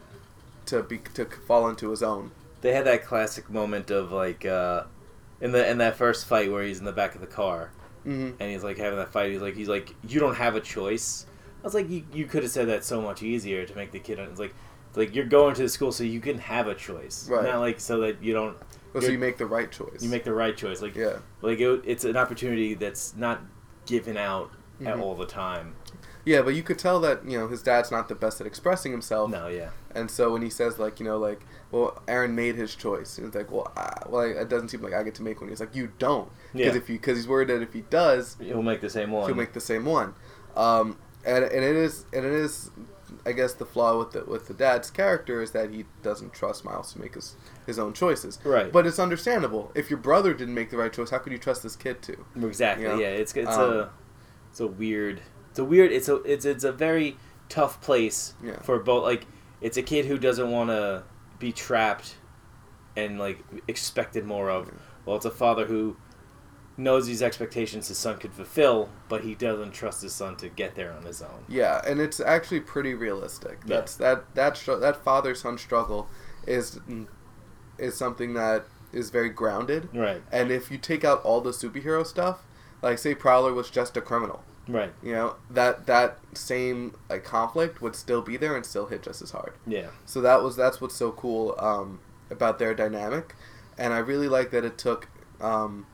to be to fall into his own. They had that classic moment of like uh in the in that first fight where he's in the back of the car hmm and he's like having that fight. He's like, he's like, you don't have a choice. I was like, you, you could have said that so much easier to make the kid. It's like, it's like you're going to the school so you can have a choice, Right. not like so that you don't. so You're- you make the right choice. You make the right choice. Like, yeah, like it, it's an opportunity that's not given out at Mhm. all the time. yeah, but you could tell that you know his dad's not the best at expressing himself, No, yeah, and so when he says like you know like well Aaron made his choice, and it's like well I, well it doesn't seem like I get to make one. He's like you don't because Yeah. if you because he's worried that if he does, he'll make the same one. to make the same one. Um, and, and it is and it is I guess the flaw with the with the dad's character is that he doesn't trust Miles to make his his own choices. Right. But it's understandable. If your brother didn't make the right choice, how could you trust this kid to? exactly. Yeah. Yeah, it's it's Um, a it's a weird, it's a weird, it's a it's it's a very tough place Yeah. for both. Like, it's a kid who doesn't want to be trapped and like expected more of. Well, it's a father who knows these expectations his son could fulfill, but he doesn't trust his son to get there on his own. Yeah, and it's actually pretty realistic. Yeah. That's that that str- that father son struggle is is something that is very grounded. Right. And if you take out all the superhero stuff, like say Prowler was just a criminal, Right. you know that that same like conflict would still be there and still hit just as hard Yeah. so that was that's what's so cool um, about their dynamic and i really like that it took um,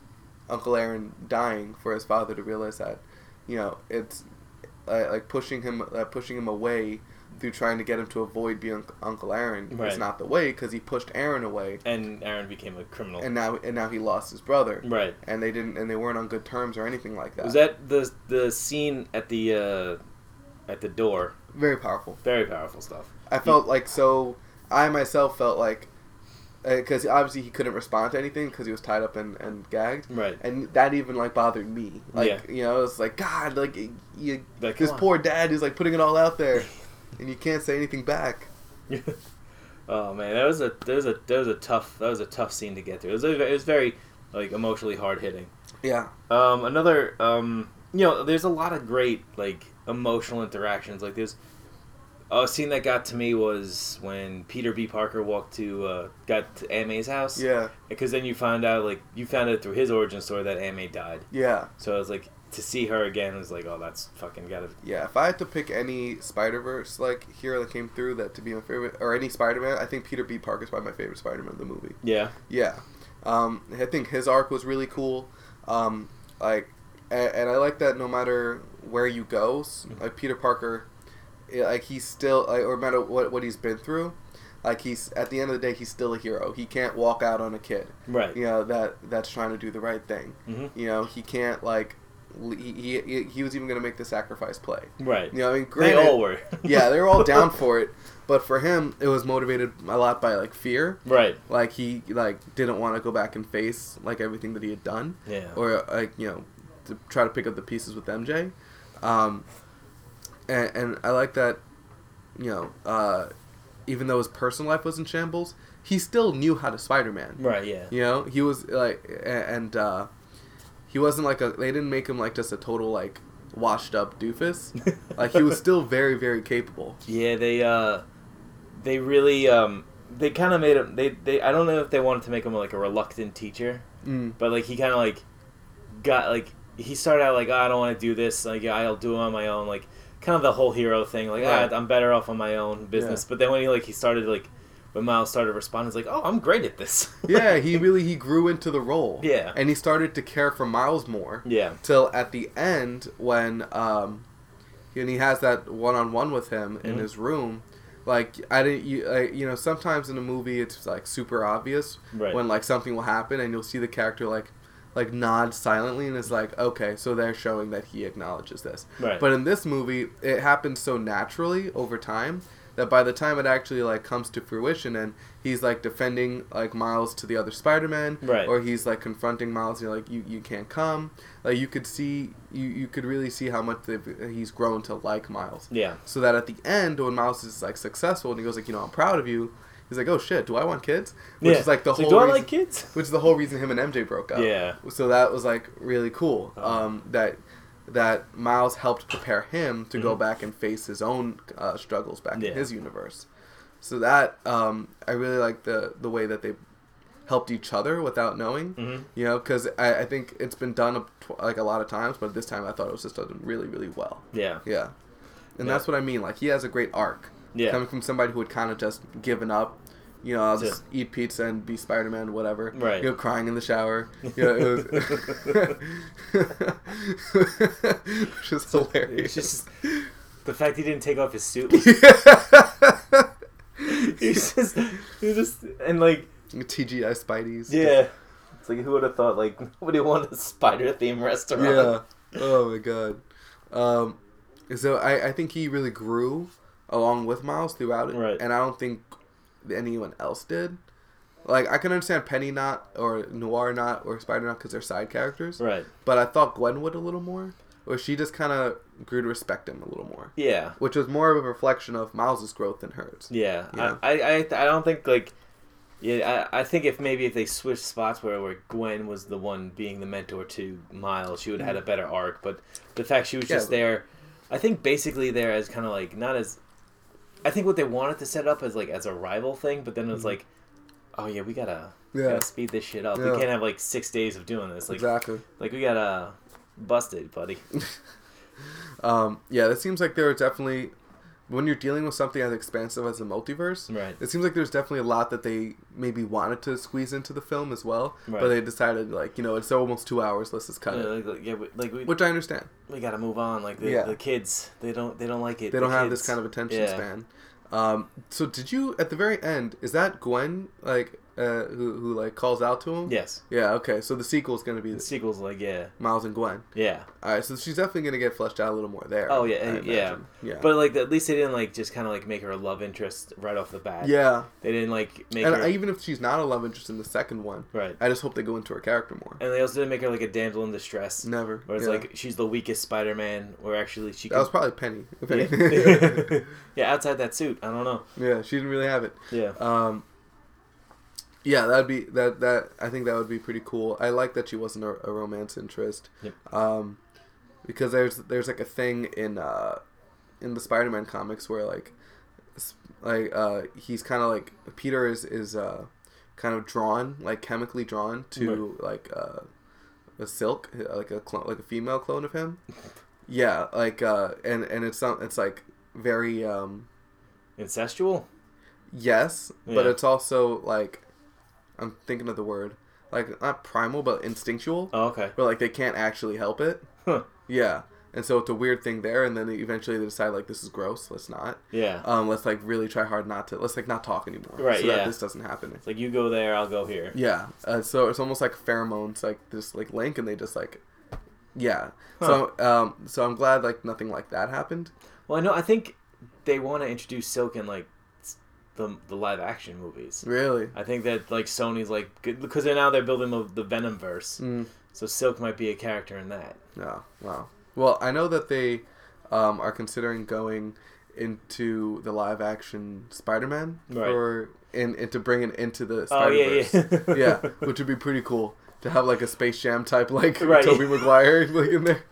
uncle aaron dying for his father to realize that you know it's uh, like pushing him uh, pushing him away through trying to get him to avoid being uncle aaron is Right. not the way because he pushed aaron away And Aaron became a criminal. and now and now he lost his brother right. and they didn't and they weren't on good terms or anything like that Was that the the scene at the uh, at the door? very powerful Very powerful stuff. I felt like so. I myself felt like because obviously he couldn't respond to anything because he was tied up and, and gagged, Right. and that even like bothered me. Like Yeah. you know, it's like God, like y- you, Like, this come on. poor dad is like putting it all out there, and you can't say anything back. oh man, that was a that was a that was a tough that was a tough scene to get through. It was, a, it was very like emotionally hard hitting. Yeah, Um, another, um, you know, there's a lot of great like emotional interactions. Like there's a scene that got to me was when Peter B. Parker walked to uh, got to Aunt May's house. yeah, Because then you find out like you found out through his origin story that Aunt May died. yeah, So I was like to see her again was like oh that's fucking gotta yeah. If I had to pick any Spider Verse like hero that came through that to be my favorite, or any Spider Man, I think Peter B. Parker is probably my favorite Spider Man of the movie. yeah Yeah, um, I think his arc was really cool. Um, like, and, and I like that no matter where you go, s- like Peter Parker, i- like he's still, like, or no matter what what he's been through, like he's at the end of the day he's still a hero. He can't walk out on a kid, right you know that that's trying to do the right thing. Mhm. You know he can't like l- he, he he- he was even gonna make the sacrifice play. right You know, I mean, they granted, all were yeah, they were all down for it, but for him it was motivated a lot by like fear right like he like didn't want to go back and face like everything that he had done yeah or like you know to try to pick up the pieces with MJ um and, and I like that you know uh even though his personal life was in shambles he still knew how to Spider-Man right yeah you know he was like a- and uh he wasn't like a they didn't make him like just a total like washed up doofus like he was still very very capable Yeah, they uh, they really um, they kind of made him. They they I don't know if they wanted to make him like a reluctant teacher, mm, but like he kind of like got like he started out like "Oh, I don't want to do this. Like yeah, I'll do it on my own. Like kind of the whole hero thing. Like Right. "Ah, I'm better off on my own business. Yeah. But then when he like he started like But Miles started responding. He's like, "Oh, I'm great at this." yeah, he really he grew into the role. Yeah. and he started to care for Miles more. yeah. Till at the end, when um, when he has that one on one with him in Mhm. his room, like I didn't, you, I, you know, sometimes in a movie it's like super obvious Right. when like something will happen and you'll see the character like like nod silently and is like okay so they're showing that he acknowledges this Right. but in this movie it happens so naturally over time that by the time it actually like comes to fruition and he's like defending like miles to the other spider-man Right. or he's like confronting miles and like you, you can't come like you could see you, you could really see how much they've- he's grown to like miles Yeah. so that at the end when miles is like successful and he goes like you know i'm proud of you he's like oh shit do i want kids which yeah. is like the It's whole Do I reason- like kids? which is the whole reason him and MJ broke up. Yeah. Uh-huh. So that was like really cool. Um, that that Miles helped prepare him to go Mhm. back and face his own uh, struggles back Yeah. in his universe. So that um, I really like the the way that they helped each other without knowing. Mhm. You know, because I, I think it's been done a, tw- like a lot of times, but this time I thought it was just done really really well. Yeah. Yeah. And Yeah. that's what I mean. Like he has a great arc. Yeah. Coming from somebody who had kind of just given up, you know, I'll Yeah. just eat pizza and be Spider Man, whatever. Right. You know, crying in the shower. You know, it was which is hilarious. It's just the fact he didn't take off his suit. Was, he's just, he's just, and like, TGI Spideys. yeah. It's like who would have thought? Like nobody wanted a spider themed Yeah. restaurant. Oh my god. Um, so I, I think he really grew along with Miles throughout it, Right. and I don't think anyone else did. Like I can understand Penny not or Noir not or Spider not because they're side characters, Right. but I thought Gwen would a little more, or she just kind of grew to respect him a little more, Yeah. which was more of a reflection of Miles's growth than hers. Yeah, Yeah. I, I, I, I don't think like, yeah, I, I think if maybe if they switched spots where where Gwen was the one being the mentor to Miles, she would have had a better arc. But the fact she was Mm. Yeah, just but- there, I think basically there as kind of like not as, I think what they wanted to set up as like as a rival thing, but then it was like, oh yeah, we gotta. we Mm-hmm. Yeah. gotta speed this shit up. Yeah. We can't have like six days of doing this. Like, Exactly. like we gotta bust it, buddy. Um, yeah, that seems like there are definitely when you're dealing with something as expansive as the multiverse. Right. It seems like there's definitely a lot that they maybe wanted to squeeze into the film as well, Right. but they decided like you know it's almost two hours, let's just cut Yeah, it. like, like, yeah, we, like we, Which I understand. we gotta move on. Like the, Yeah. the kids, they don't they don't like it. They The don't have this kids- kind of attention Yeah. span. Um, so did you at the very end? Is that Gwen like uh, who who like calls out to him? Yes. Yeah. Okay. So the sequel's gonna be The sequel's like, yeah, Miles and Gwen. yeah, All right. So she's definitely gonna get fleshed out a little more there. Oh, yeah, I yeah. imagine. Yeah. but like at least they didn't like just kind of like make her a love interest right off the bat. yeah. they didn't like make And her I, even if she's not a love interest in the second one, right, I just hope they go into her character more. and they also didn't make her like a damsel in distress. Never. where it's yeah. like she's the weakest Spider-Man, or actually she that was could, probably Penny. if yeah. anything. yeah, outside that suit, I don't know. Uh, yeah, she didn't really have it. Yeah, Um, yeah, that'd be that that I think that would be pretty cool. I like that she wasn't a, a romance interest. Yep. Um, because there's there's like a thing in uh, in the Spider-Man comics where like s- like uh, he's kind of like Peter is is uh, kind of drawn like chemically drawn to like uh, a silk like a clone, like a female clone of him. Yeah, like uh, and and it's not it's like very um, incestual. Yes, but Yeah. it's also like I'm thinking of the word like not primal but instinctual, Oh, okay. where like they can't actually help it. Huh. Yeah, and so it's a weird thing there, and then they eventually they decide like this is gross, let's not. Yeah, Um, let's like really try hard not to. Let's like not talk anymore, Right, So yeah. that this doesn't happen. it's like you go there, I'll go here. Yeah, uh, so it's almost like pheromones, like this like link, and they just like, yeah. So um, so I'm glad like nothing like that happened. Well, I know. I think they want to introduce Silk in like s- the the live action movies. Really. I think that like Sony's like good- because they're now they're building the, the Venom verse, Mm. so Silk might be a character in that. Oh, wow. Well, I know that they um, are considering going into the live action Spider Man Right. for and, and to bring it into the Oh Spider yeah, Verse. yeah, which would be pretty cool to have like a Space Jam type like Right. Toby Maguire like in there.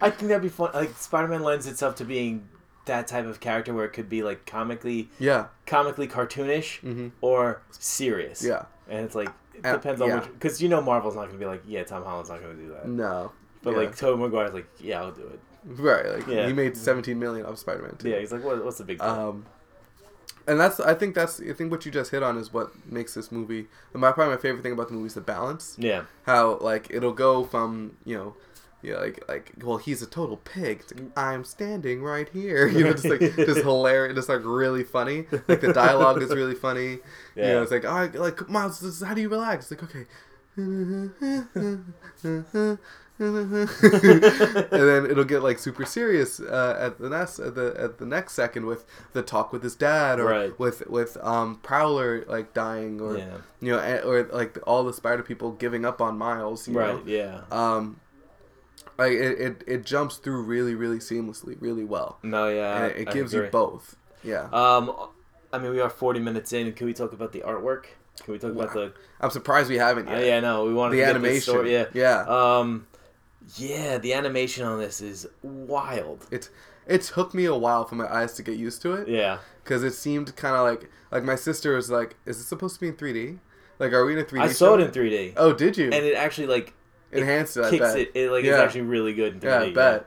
I think that'd be fun. Like Spider-Man lends itself to being that type of character where it could be like comically, yeah, comically cartoonish or serious. yeah. and it's like it Uh, depends on yeah. which because you know Marvel's not gonna be like yeah Tom Holland's not gonna do that, No. but yeah. like Tobey Maguire's like yeah I'll do it. right, like Yeah. he made 17 million off Spider Man too. Uh-huh. Yeah, he's like what, what's the big deal? Um, and that's I think that's I think what you just hit on is what makes this movie. My probably my favorite thing about the movie is the balance. Yeah. How like it'll go from you know, yeah, like like well he's a total pig. to, I'm standing right here. You know, just like just hilarious, just like really funny. Like the dialogue is really funny. You know, Yeah. it's like all right, like Miles, this is, how do you relax? It's like okay. and then it'll get like super serious uh, at the next at the at the next second with the talk with his dad or Right. with with um Prowler like dying or Yeah. you know and- or like all the Spider people giving up on Miles you Right. know? Yeah. um like it, it it jumps through really really seamlessly really well No. Yeah. and I- it, it I gives you agree. both yeah Um, I mean, we are 40 minutes in. Can we talk about the artwork? Can we talk about the? I'm surprised we haven't Yeah, yet uh, yeah no, we want the animation yeah. yeah Um, yeah, the animation on this is wild. it's it took me a while for my eyes to get used to it Yeah, because it seemed kind of like like my sister was like, "Is this supposed to be in 3D? Like, are we in a 3D?" I saw show?" it in 3D, Oh, did you? and it actually like Enhanced it. I kicks bet. it. It like Yeah. it's actually really good in 3D. yeah, I bet.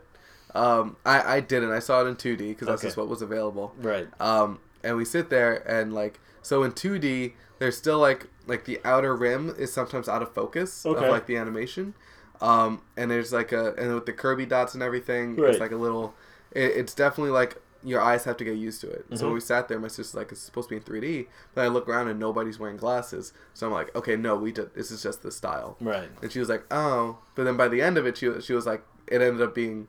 Um, I I didn't. I saw it in 2D because that's Okay. just what was available. Right. Um, and we sit there and like so in 2D, there's still like like the outer rim is sometimes out of focus Okay. of like the animation. Um, and there's like a and with the Kirby dots and everything, Right. it's like a little. It, it's definitely like your eyes have to get used to it. So Mm-hmm. when we sat there, my sister's like, "It's supposed to be in 3D," but I look around and nobody's wearing glasses. So I'm like, "Okay, no, we did. This is just the style." Right. And she was like, "Oh," but then by the end of it, she was- she was like, "It ended up being."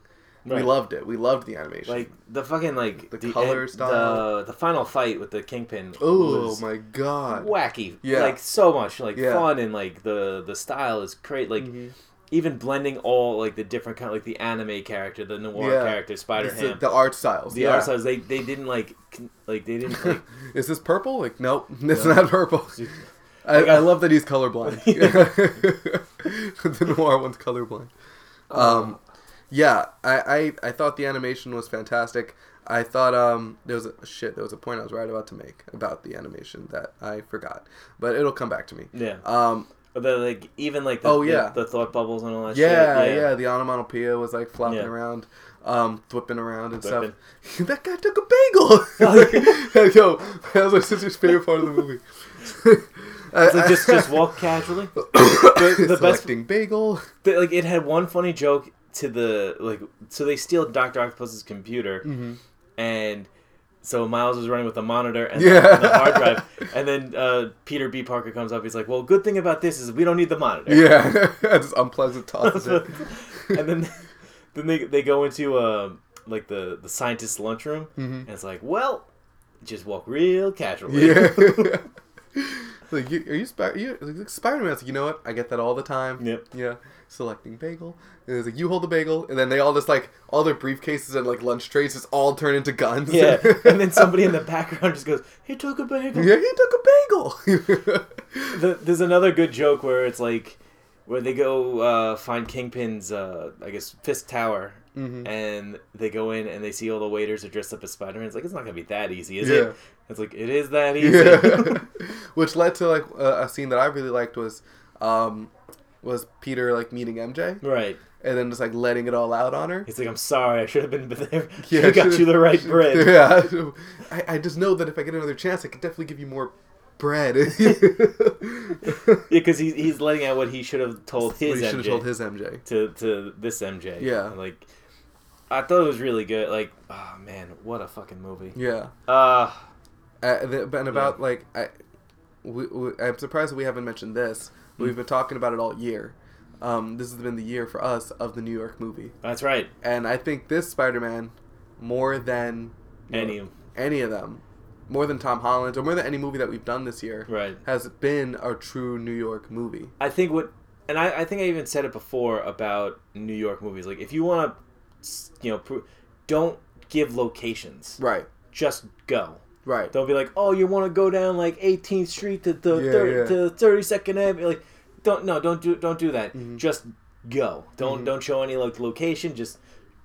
We Right. loved it. We loved the animation. Like the fucking like The color style. the, the final fight with the kingpin. oh was my god! wacky. Yeah. Like so much like Yeah. Mm-hmm. fun and like the the style is great. Like even blending all like the different kind like the anime character, the noir Yeah. character, Spider It's the, Ham. the art styles. The yeah. art styles they they didn't like con- like they didn't like Is this purple? Like, nope, it's No. not purple. I, Like, uh, I I- love that he's colorblind. the noir one's colorblind. Um, yeah, I, I, I thought the animation was fantastic. I thought um there was a shit there was a point I was right about to make about the animation that I forgot, but it'll come back to me. yeah. Um, But the, like even like the, Oh, the- yeah. the, thought bubbles and all that. yeah, shit. yeah, the onomatopoeia was like flopping Yeah. around, um, flipping around and Whipping. stuff. that guy took a bagel. Yo, that was my sister's favorite part of the movie. It's like just just walk casually. the best- selecting bagel. They- like it had one funny joke to the like so they steal Doctor Octopus's computer, Mm-hmm. and so Miles was running with the monitor and the- Yeah. the, hard drive, and then uh, Peter B. Parker comes up. He's like, "Well, good thing about this is we don't need the monitor." Yeah, just unpleasant tosses it. and then then they they go into uh, like the the scientist's lunchroom, Mm-hmm. and it's like, "Well, just walk real casually." Yeah. Like you, are you, Spi- you like, Spider Man's like you know what I get that all the time. Yep. Yeah. Selecting bagel. And it's like you hold the bagel, and then they all just like all their briefcases and like lunch trays just all turn into guns. Yeah, and then somebody in the background just goes, "He took a bagel." Yeah, he took a bagel. The, there's another good joke where it's like, where they go uh, find Kingpin's, uh, I guess, Fisk Tower, Mm-hmm. and they go in and they see all the waiters are dressed up as Spider Man. It's like it's not gonna be that easy, is Yeah. it? It's like it is that easy. yeah. Which led to like a, a scene that I really liked was, um, was Peter like meeting MJ right. and then just like letting it all out on her. He's like, I'm sorry, I should have been there. Yeah, I got should've- you the right bread. Yeah, I, I just know that if I get another chance, I could definitely give you more bread. Because he's he's letting out what he should have told Well, his you MJ should have told his MJ. to to this MJ. Yeah. Like, I thought it was really good. Like, oh man, what a fucking movie. Yeah, Uh, uh, the, and about like I, we, we, I'm surprised that we haven't mentioned this. We've been talking about it all year. Um, this has been the year for us of the New York movie, that's right. and I think this Spider-Man, more than Any of- any of them, more than Tom Holland's or more than any movie that we've done this year, Right. has been a true New York movie. I think what, and I, I think I even said it before about New York movies. Like, if you want to, you know, pro- don't give locations. Right. Just go. Right. Don't be like, oh, you want to go down like 18th Street to the Yeah, thir- yeah. to 32nd Avenue. Like, don't no, don't do don't do that. Mm-hmm. Just go. Don't don't show any like location. Just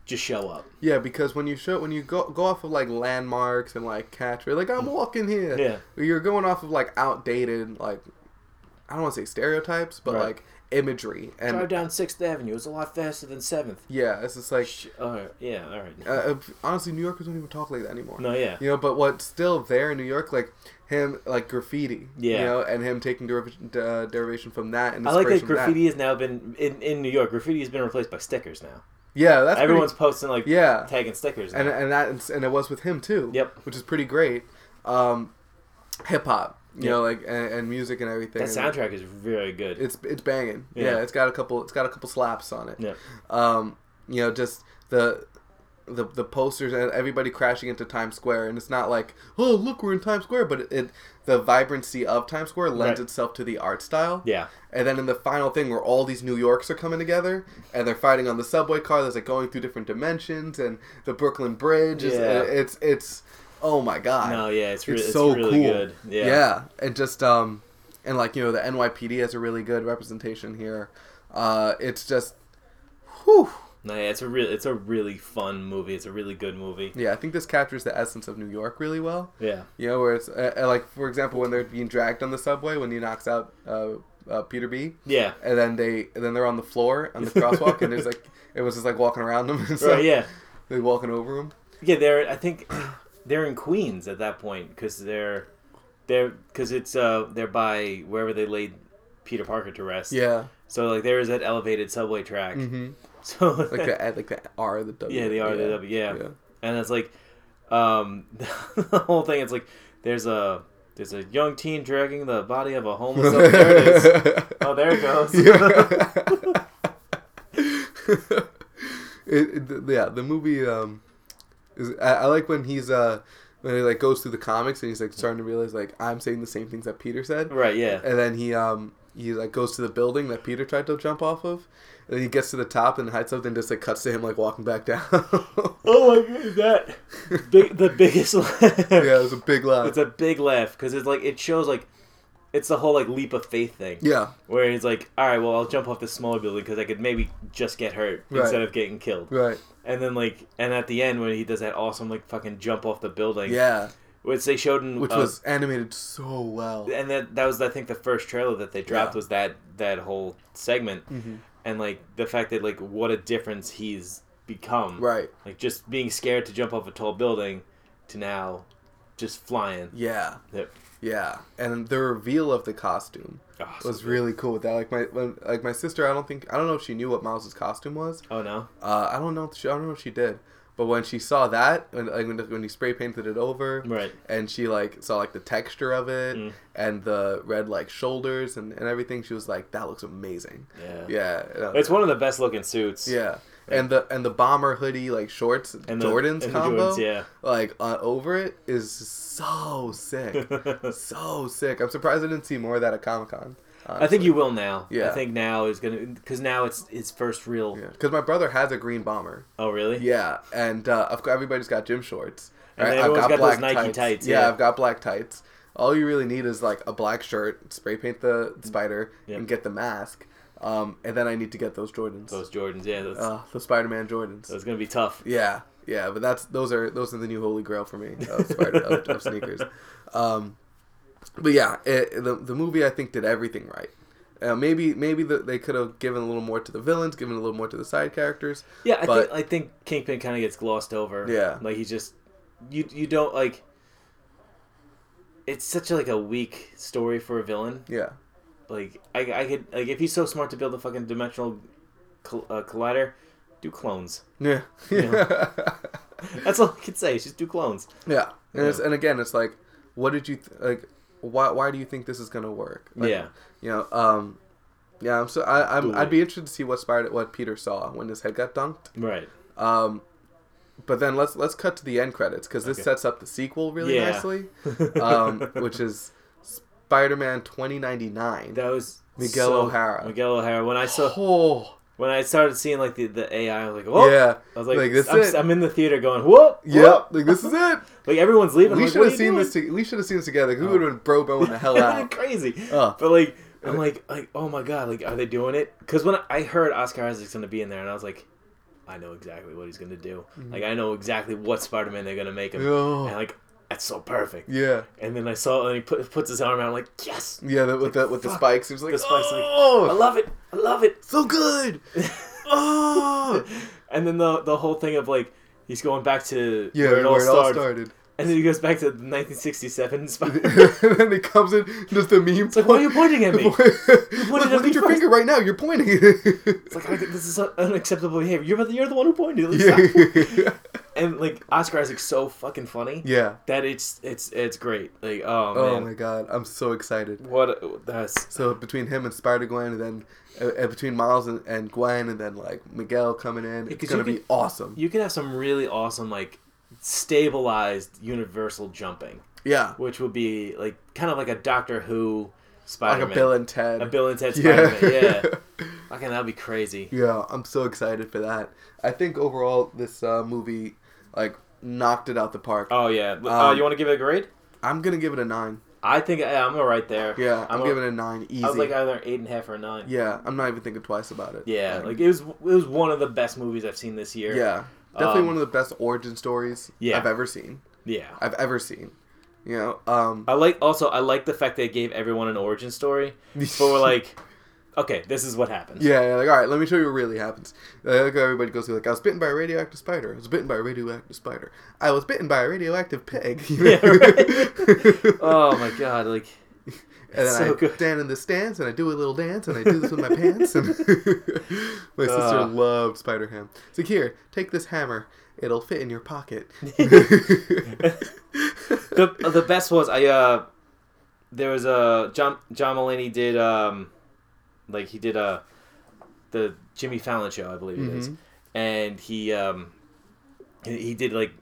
just show up. Yeah, because when you show when you go go off of like landmarks and like catch, like I'm walking here. Yeah. You're going off of like outdated like I don't want to say stereotypes, but Right. like imagery and Drive down Sixth Avenue. It's a lot faster than Seventh. yeah, it's just like Sh- all right. Yeah. All right. uh, uh, honestly, New Yorkers don't even talk like that anymore. no. Yeah. You know, but what's still there in New York, like him, like graffiti. You Yeah. know, and him taking deriv- de- uh, derivation from that and I like that inspiration from graffiti has now been in, in New York. Graffiti has been replaced by stickers now. Yeah, that's pretty- Everyone's posting like yeah. tagging stickers. Now. and and that and it was with him too. Yep. which is pretty great. Um, hip hop, you Yeah. know, like and, and music and everything. that soundtrack is very good. It's it's banging. Yeah. Yeah. it's got a couple. It's got a couple slaps on it. yeah. Um, you know, just the. The, the posters and everybody crashing into Times Square and it's not like oh look we're in Times Square but it, it the vibrancy of Times Square lends Right. itself to the art style Yeah. and then in the final thing where all these New Yorks are coming together and they're fighting on the subway car that's like going through different dimensions and the Brooklyn Bridge is Yeah. it's it's oh my god. No. Yeah. It's, re- it's it's so really cool. good. Yeah. Yeah. And just um and like, you know, the NYPD has a really good representation here. Uh it's just whew. No. Yeah. It's a real. It's a really fun movie. It's a really good movie. Yeah, I think this captures the essence of New York really well. Yeah. You know, where it's uh, uh, like for example when they're being dragged on the subway when he knocks out uh, uh Peter B. Yeah. and then they and then they're on the floor on the crosswalk and there's like it was just like walking around them and so right. Yeah. they're walking over him Yeah. They're. I think they're in Queens at that point because they're they're because it's uh they're by wherever they laid Peter Parker to rest. yeah So like there is that elevated subway track. hmm So like the at like the r the w Yeah, the R, the W, yeah. and it's like um the whole thing it's like there's a there's a young teen dragging the body of a homeless oh, there it is. oh there it goes yeah. It- it- th- yeah, the movie um is I, I like when he's uh when he like goes through the comics and he's like starting to realize like I'm saying the same things that Peter said right yeah and then he um he like goes to the building that Peter tried to jump off of, and then he gets to the top and hides something. Just like cuts to him like walking back down. yeah, oh my god that big, the biggest laugh it was a big laugh. it's a big laugh because it's like it shows like it's the whole like leap of faith thing yeah, where he's like all right well i'll jump off this smaller building because i could maybe just get hurt Right. instead of getting killed right. and then like and at the end when he does that awesome like fucking jump off the building Yeah, which they showed in which uh, was animated so well. and that that was I think the first trailer that they dropped Yeah. was that that whole segment, Mhm. and like the fact that like what a difference he's become, Right. Like just being scared to jump off a tall building, to now, just flying. Yeah, Yep. yeah. And the reveal of the costume Oh, so was good. really cool. With that, like my when, like my sister, I don't think I don't know if she knew what Miles' costume was. Oh no. Uh, I don't know. If she, I don't know if she did. But when she saw that, when like when, when he spray painted it over, Right. and she like saw like the texture of it Mm. and the red like shoulders and, and everything she was like that looks amazing Yeah. yeah yeah, It's one of the best looking suits. yeah. and the and the bomber hoodie like shorts And the- jordan's and the combo Jordans, yeah. like uh, over it is so sick so sick i'm surprised i didn't see more of that at comic-con Uh, I think you will now. Yeah. I think now is gonna because now it's his first real. because my brother has a green bomber Oh really? Yeah, and uh, of course everybody's got gym shorts. And Right? everyone's got those Nike tights, Yeah. yeah. I've got black tights. All you really need is like a black shirt, spray paint the spider, Mm-hmm. Yep. and get the mask. Um, and then I need to get those Jordans, Those Jordans. Yeah. That's, uh, the Spider-Man Jordans. that's gonna be tough. Yeah, yeah, but that's those are those are the new holy grail for me of, spider, of, of sneakers. Um, but yeah, it, the the movie I think did everything right. Uh, maybe maybe the, they could have given a little more to the villains, given a little more to the side characters. Yeah, I but- think I think Kingpin kind of gets glossed over. Yeah. like he just you you don't like. It's such like a weak story for a villain. Yeah, Like I, I could like if he's so smart to build a fucking dimensional col- uh, collider, do clones. yeah. That's all I can say. is Just do clones. Yeah, and it's Yeah. and again, it's like, what did you th- like? Why why do you think this is gonna work? Like, yeah, you know, um, yeah. I'm so I I'm, Totally. I'd be interested to see what spider what Peter saw when his head got dunked. right. Um, but then let's let's cut to the end credits because this Okay. sets up the sequel really Yeah. nicely, um, which is Spider-Man 2099. That was Miguel so- O'Hara. Miguel O'Hara. When I saw oh when I started seeing like the, the AI, I was like, oh yeah, I was like, Like, that's I'm, it. I'm in the theater going, whoop, yeah. whoop. Like this is it. Like everyone's leaving. I'm we like, should what have are you seen doing? this. To- we should have seen this together. We Oh. would have been broing the hell out. crazy. Oh. But like, I'm like, like, oh my god, like, are they doing it? Because when I heard Oscar Isaac's gonna be in there, and I was like, Mm-hmm. I know exactly what he's gonna do. Like, I know exactly what Spider-Man they're gonna make him. Yeah. And like, I that's so perfect. Yeah. And then I saw, and he put, puts his arm out. I'm like, yes, Yeah, the, with the with the fuck. spikes, he was like, The spikes, like, oh, I love it, I love it. so good. oh, and then the the whole thing of like he's going back to yeah, where it all started, started. and then he goes back to the 1967 Spider. and then he comes in, just the meme. It's like, why are you pointing at me? look pointed at look me at your first. finger right now. You're pointing. it's like I, this is unacceptable behavior. You're the, you're the one who pointed. Like, stop. yeah. And like Oscar Isaac's so fucking funny that it's it's it's great. Like oh Oh man, my god, I'm so excited. what a- that's So between him and Spider Gwen, and then uh, uh, between Miles and, and Gwen, and then like Miguel coming in, it's Because gonna you be could- awesome. you can have some really awesome like stabilized universal jumping, Yeah, which would be like kind of like a Doctor Who like Spider a Man, Bill and Ted. a Bill and Ted Yeah. Spider Man. Yeah, fucking that'd be crazy. Yeah, I'm so excited for that. I think overall this uh, movie like knocked it out the park. Oh yeah. Uh, Um, you want to give it a grade? I'm gonna give it a nine. I think I, I'm right there. Yeah, I'm, a- giving it a nine easy. I was like either an eight and a half or a nine. yeah, I'm not even thinking twice about it. Yeah, like it was it was one of the best movies I've seen this year. yeah, definitely Um, one of the best origin stories Yeah. I've ever seen. yeah. I've ever seen. You know, um, I like also I like the fact they gave everyone an origin story, but we're like, okay, this is what happened. yeah, yeah, like all right, let me show you what really happens. Uh, Like everybody goes through, like I was bitten by a radioactive spider. I was bitten by a radioactive spider. I was bitten by a radioactive pig. Yeah, right. Oh my god, like and then So I good. stand in the stance and I do a little dance and I do this with my pants. And my sister Ah. loved Spider Ham. It's like here, take this hammer. It'll fit in your pocket. the the best was I uh there was a John John Mulaney did um like he did uh the Jimmy Fallon show I believe it is Mhm. and he um he, he did like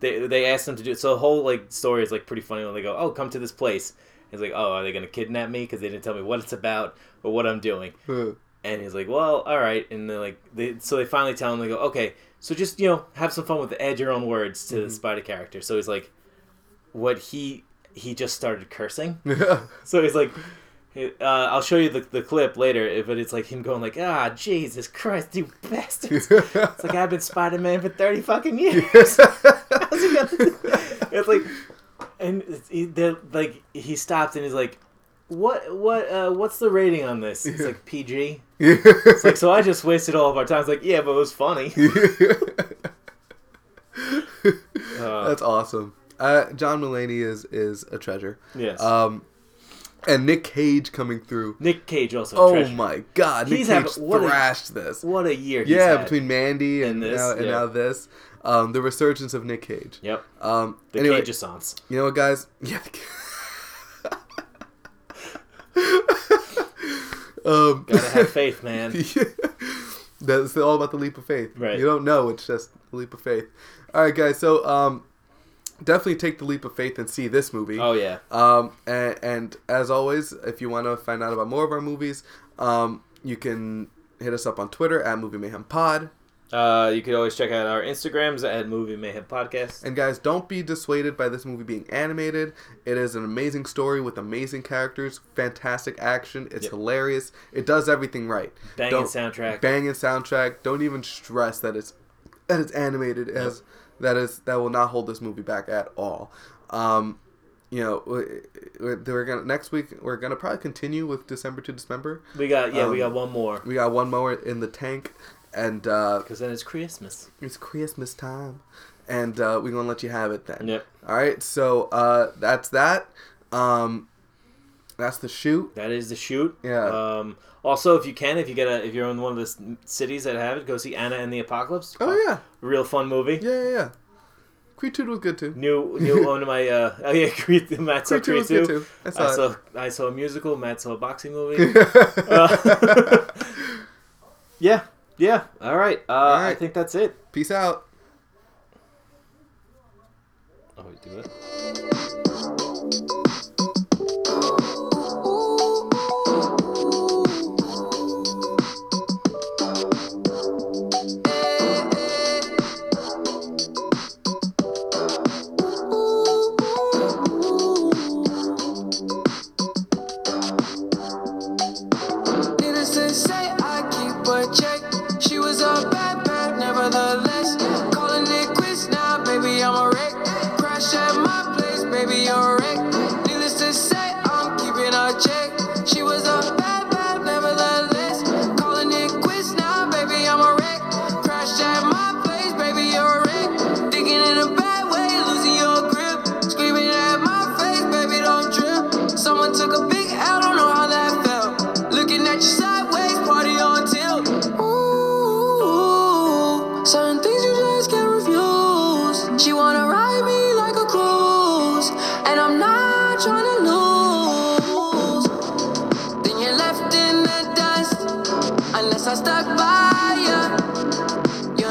they they asked him to do so the whole like story is like pretty funny when they go oh come to this place he's like oh are they gonna kidnap me because they didn't tell me what it's about or what I'm doing Uh, and he's like, "Well, all right." And they're like, they so they finally tell him, they go, "Okay, so just you know, have some fun with it. Add your own words to the spider character." So he's like, "What he he just started cursing." so he's like, uh, "I'll show you the, the clip later," eh, but it's like him going like, "Ah, Jesus Christ, you bastards!" it's like I've been Spider Man for thirty fucking years. How's he gonna do- it's like, and it's- he, they're like he stopped and he's like, "What what uh, what's the rating on this?" It's like PG. It's like, so I just wasted all of our time. It's like, yeah, but it was funny. Uh, That's awesome. Uh, John Mulaney is is a treasure. yes. Um, and Nick Cage coming through. Nick Cage also. Oh Oh treasure. my God! Nick He's Cage having- what a- thrashed this. What a year. He's yeah, had. between Mandy and, And this, now, and yeah. now this, um, the resurgence of Nick Cage. Yep. Um, The anyway, Cage Assance. you know what, guys? Yeah. um, Gotta have faith, man. that's all about the leap of faith. Right. You don't know; it's just a leap of faith. All right, guys. So, um, definitely take the leap of faith and see this movie. Oh, yeah. Um, and, and as always, if you want to find out about more of our movies, um, you can hit us up on Twitter at Movie Mayhem Pod. Uh, you could always check out our Instagrams at Movie Mayhem Podcast. And guys, don't be dissuaded by this movie being animated. It is an amazing story with amazing characters, fantastic action. It's Yep. hilarious. It does everything right. Banging Don't- soundtrack. Banging soundtrack. Don't even stress that it's that it's animated. It has that is that will not hold this movie back at all. Um, you know, we- we- we're gonna next week. We're gonna probably continue with December to December. we got, yeah, we um, got one more. We got one more in the tank, and uh, Because then it's Christmas. it's Christmas time, and uh, we're gonna let you have it then. Yep. All right, so uh, that's that. Um, that's the shoot. That is the shoot. Yeah. Um, also, if you can, if you get a, if you're in one of the s- cities that have it, go see Anna and the Apocalypse. Oh yeah, Real fun movie. yeah, yeah. yeah. Cretude was good too. New new one of my uh oh yeah Creed Matt saw Creed two Creed was good two. too. I I saw saw it. I saw, a musical. Matt saw a boxing movie. Uh, yeah, yeah. All right. Uh, I right. think that's it. Peace out. Oh, do it.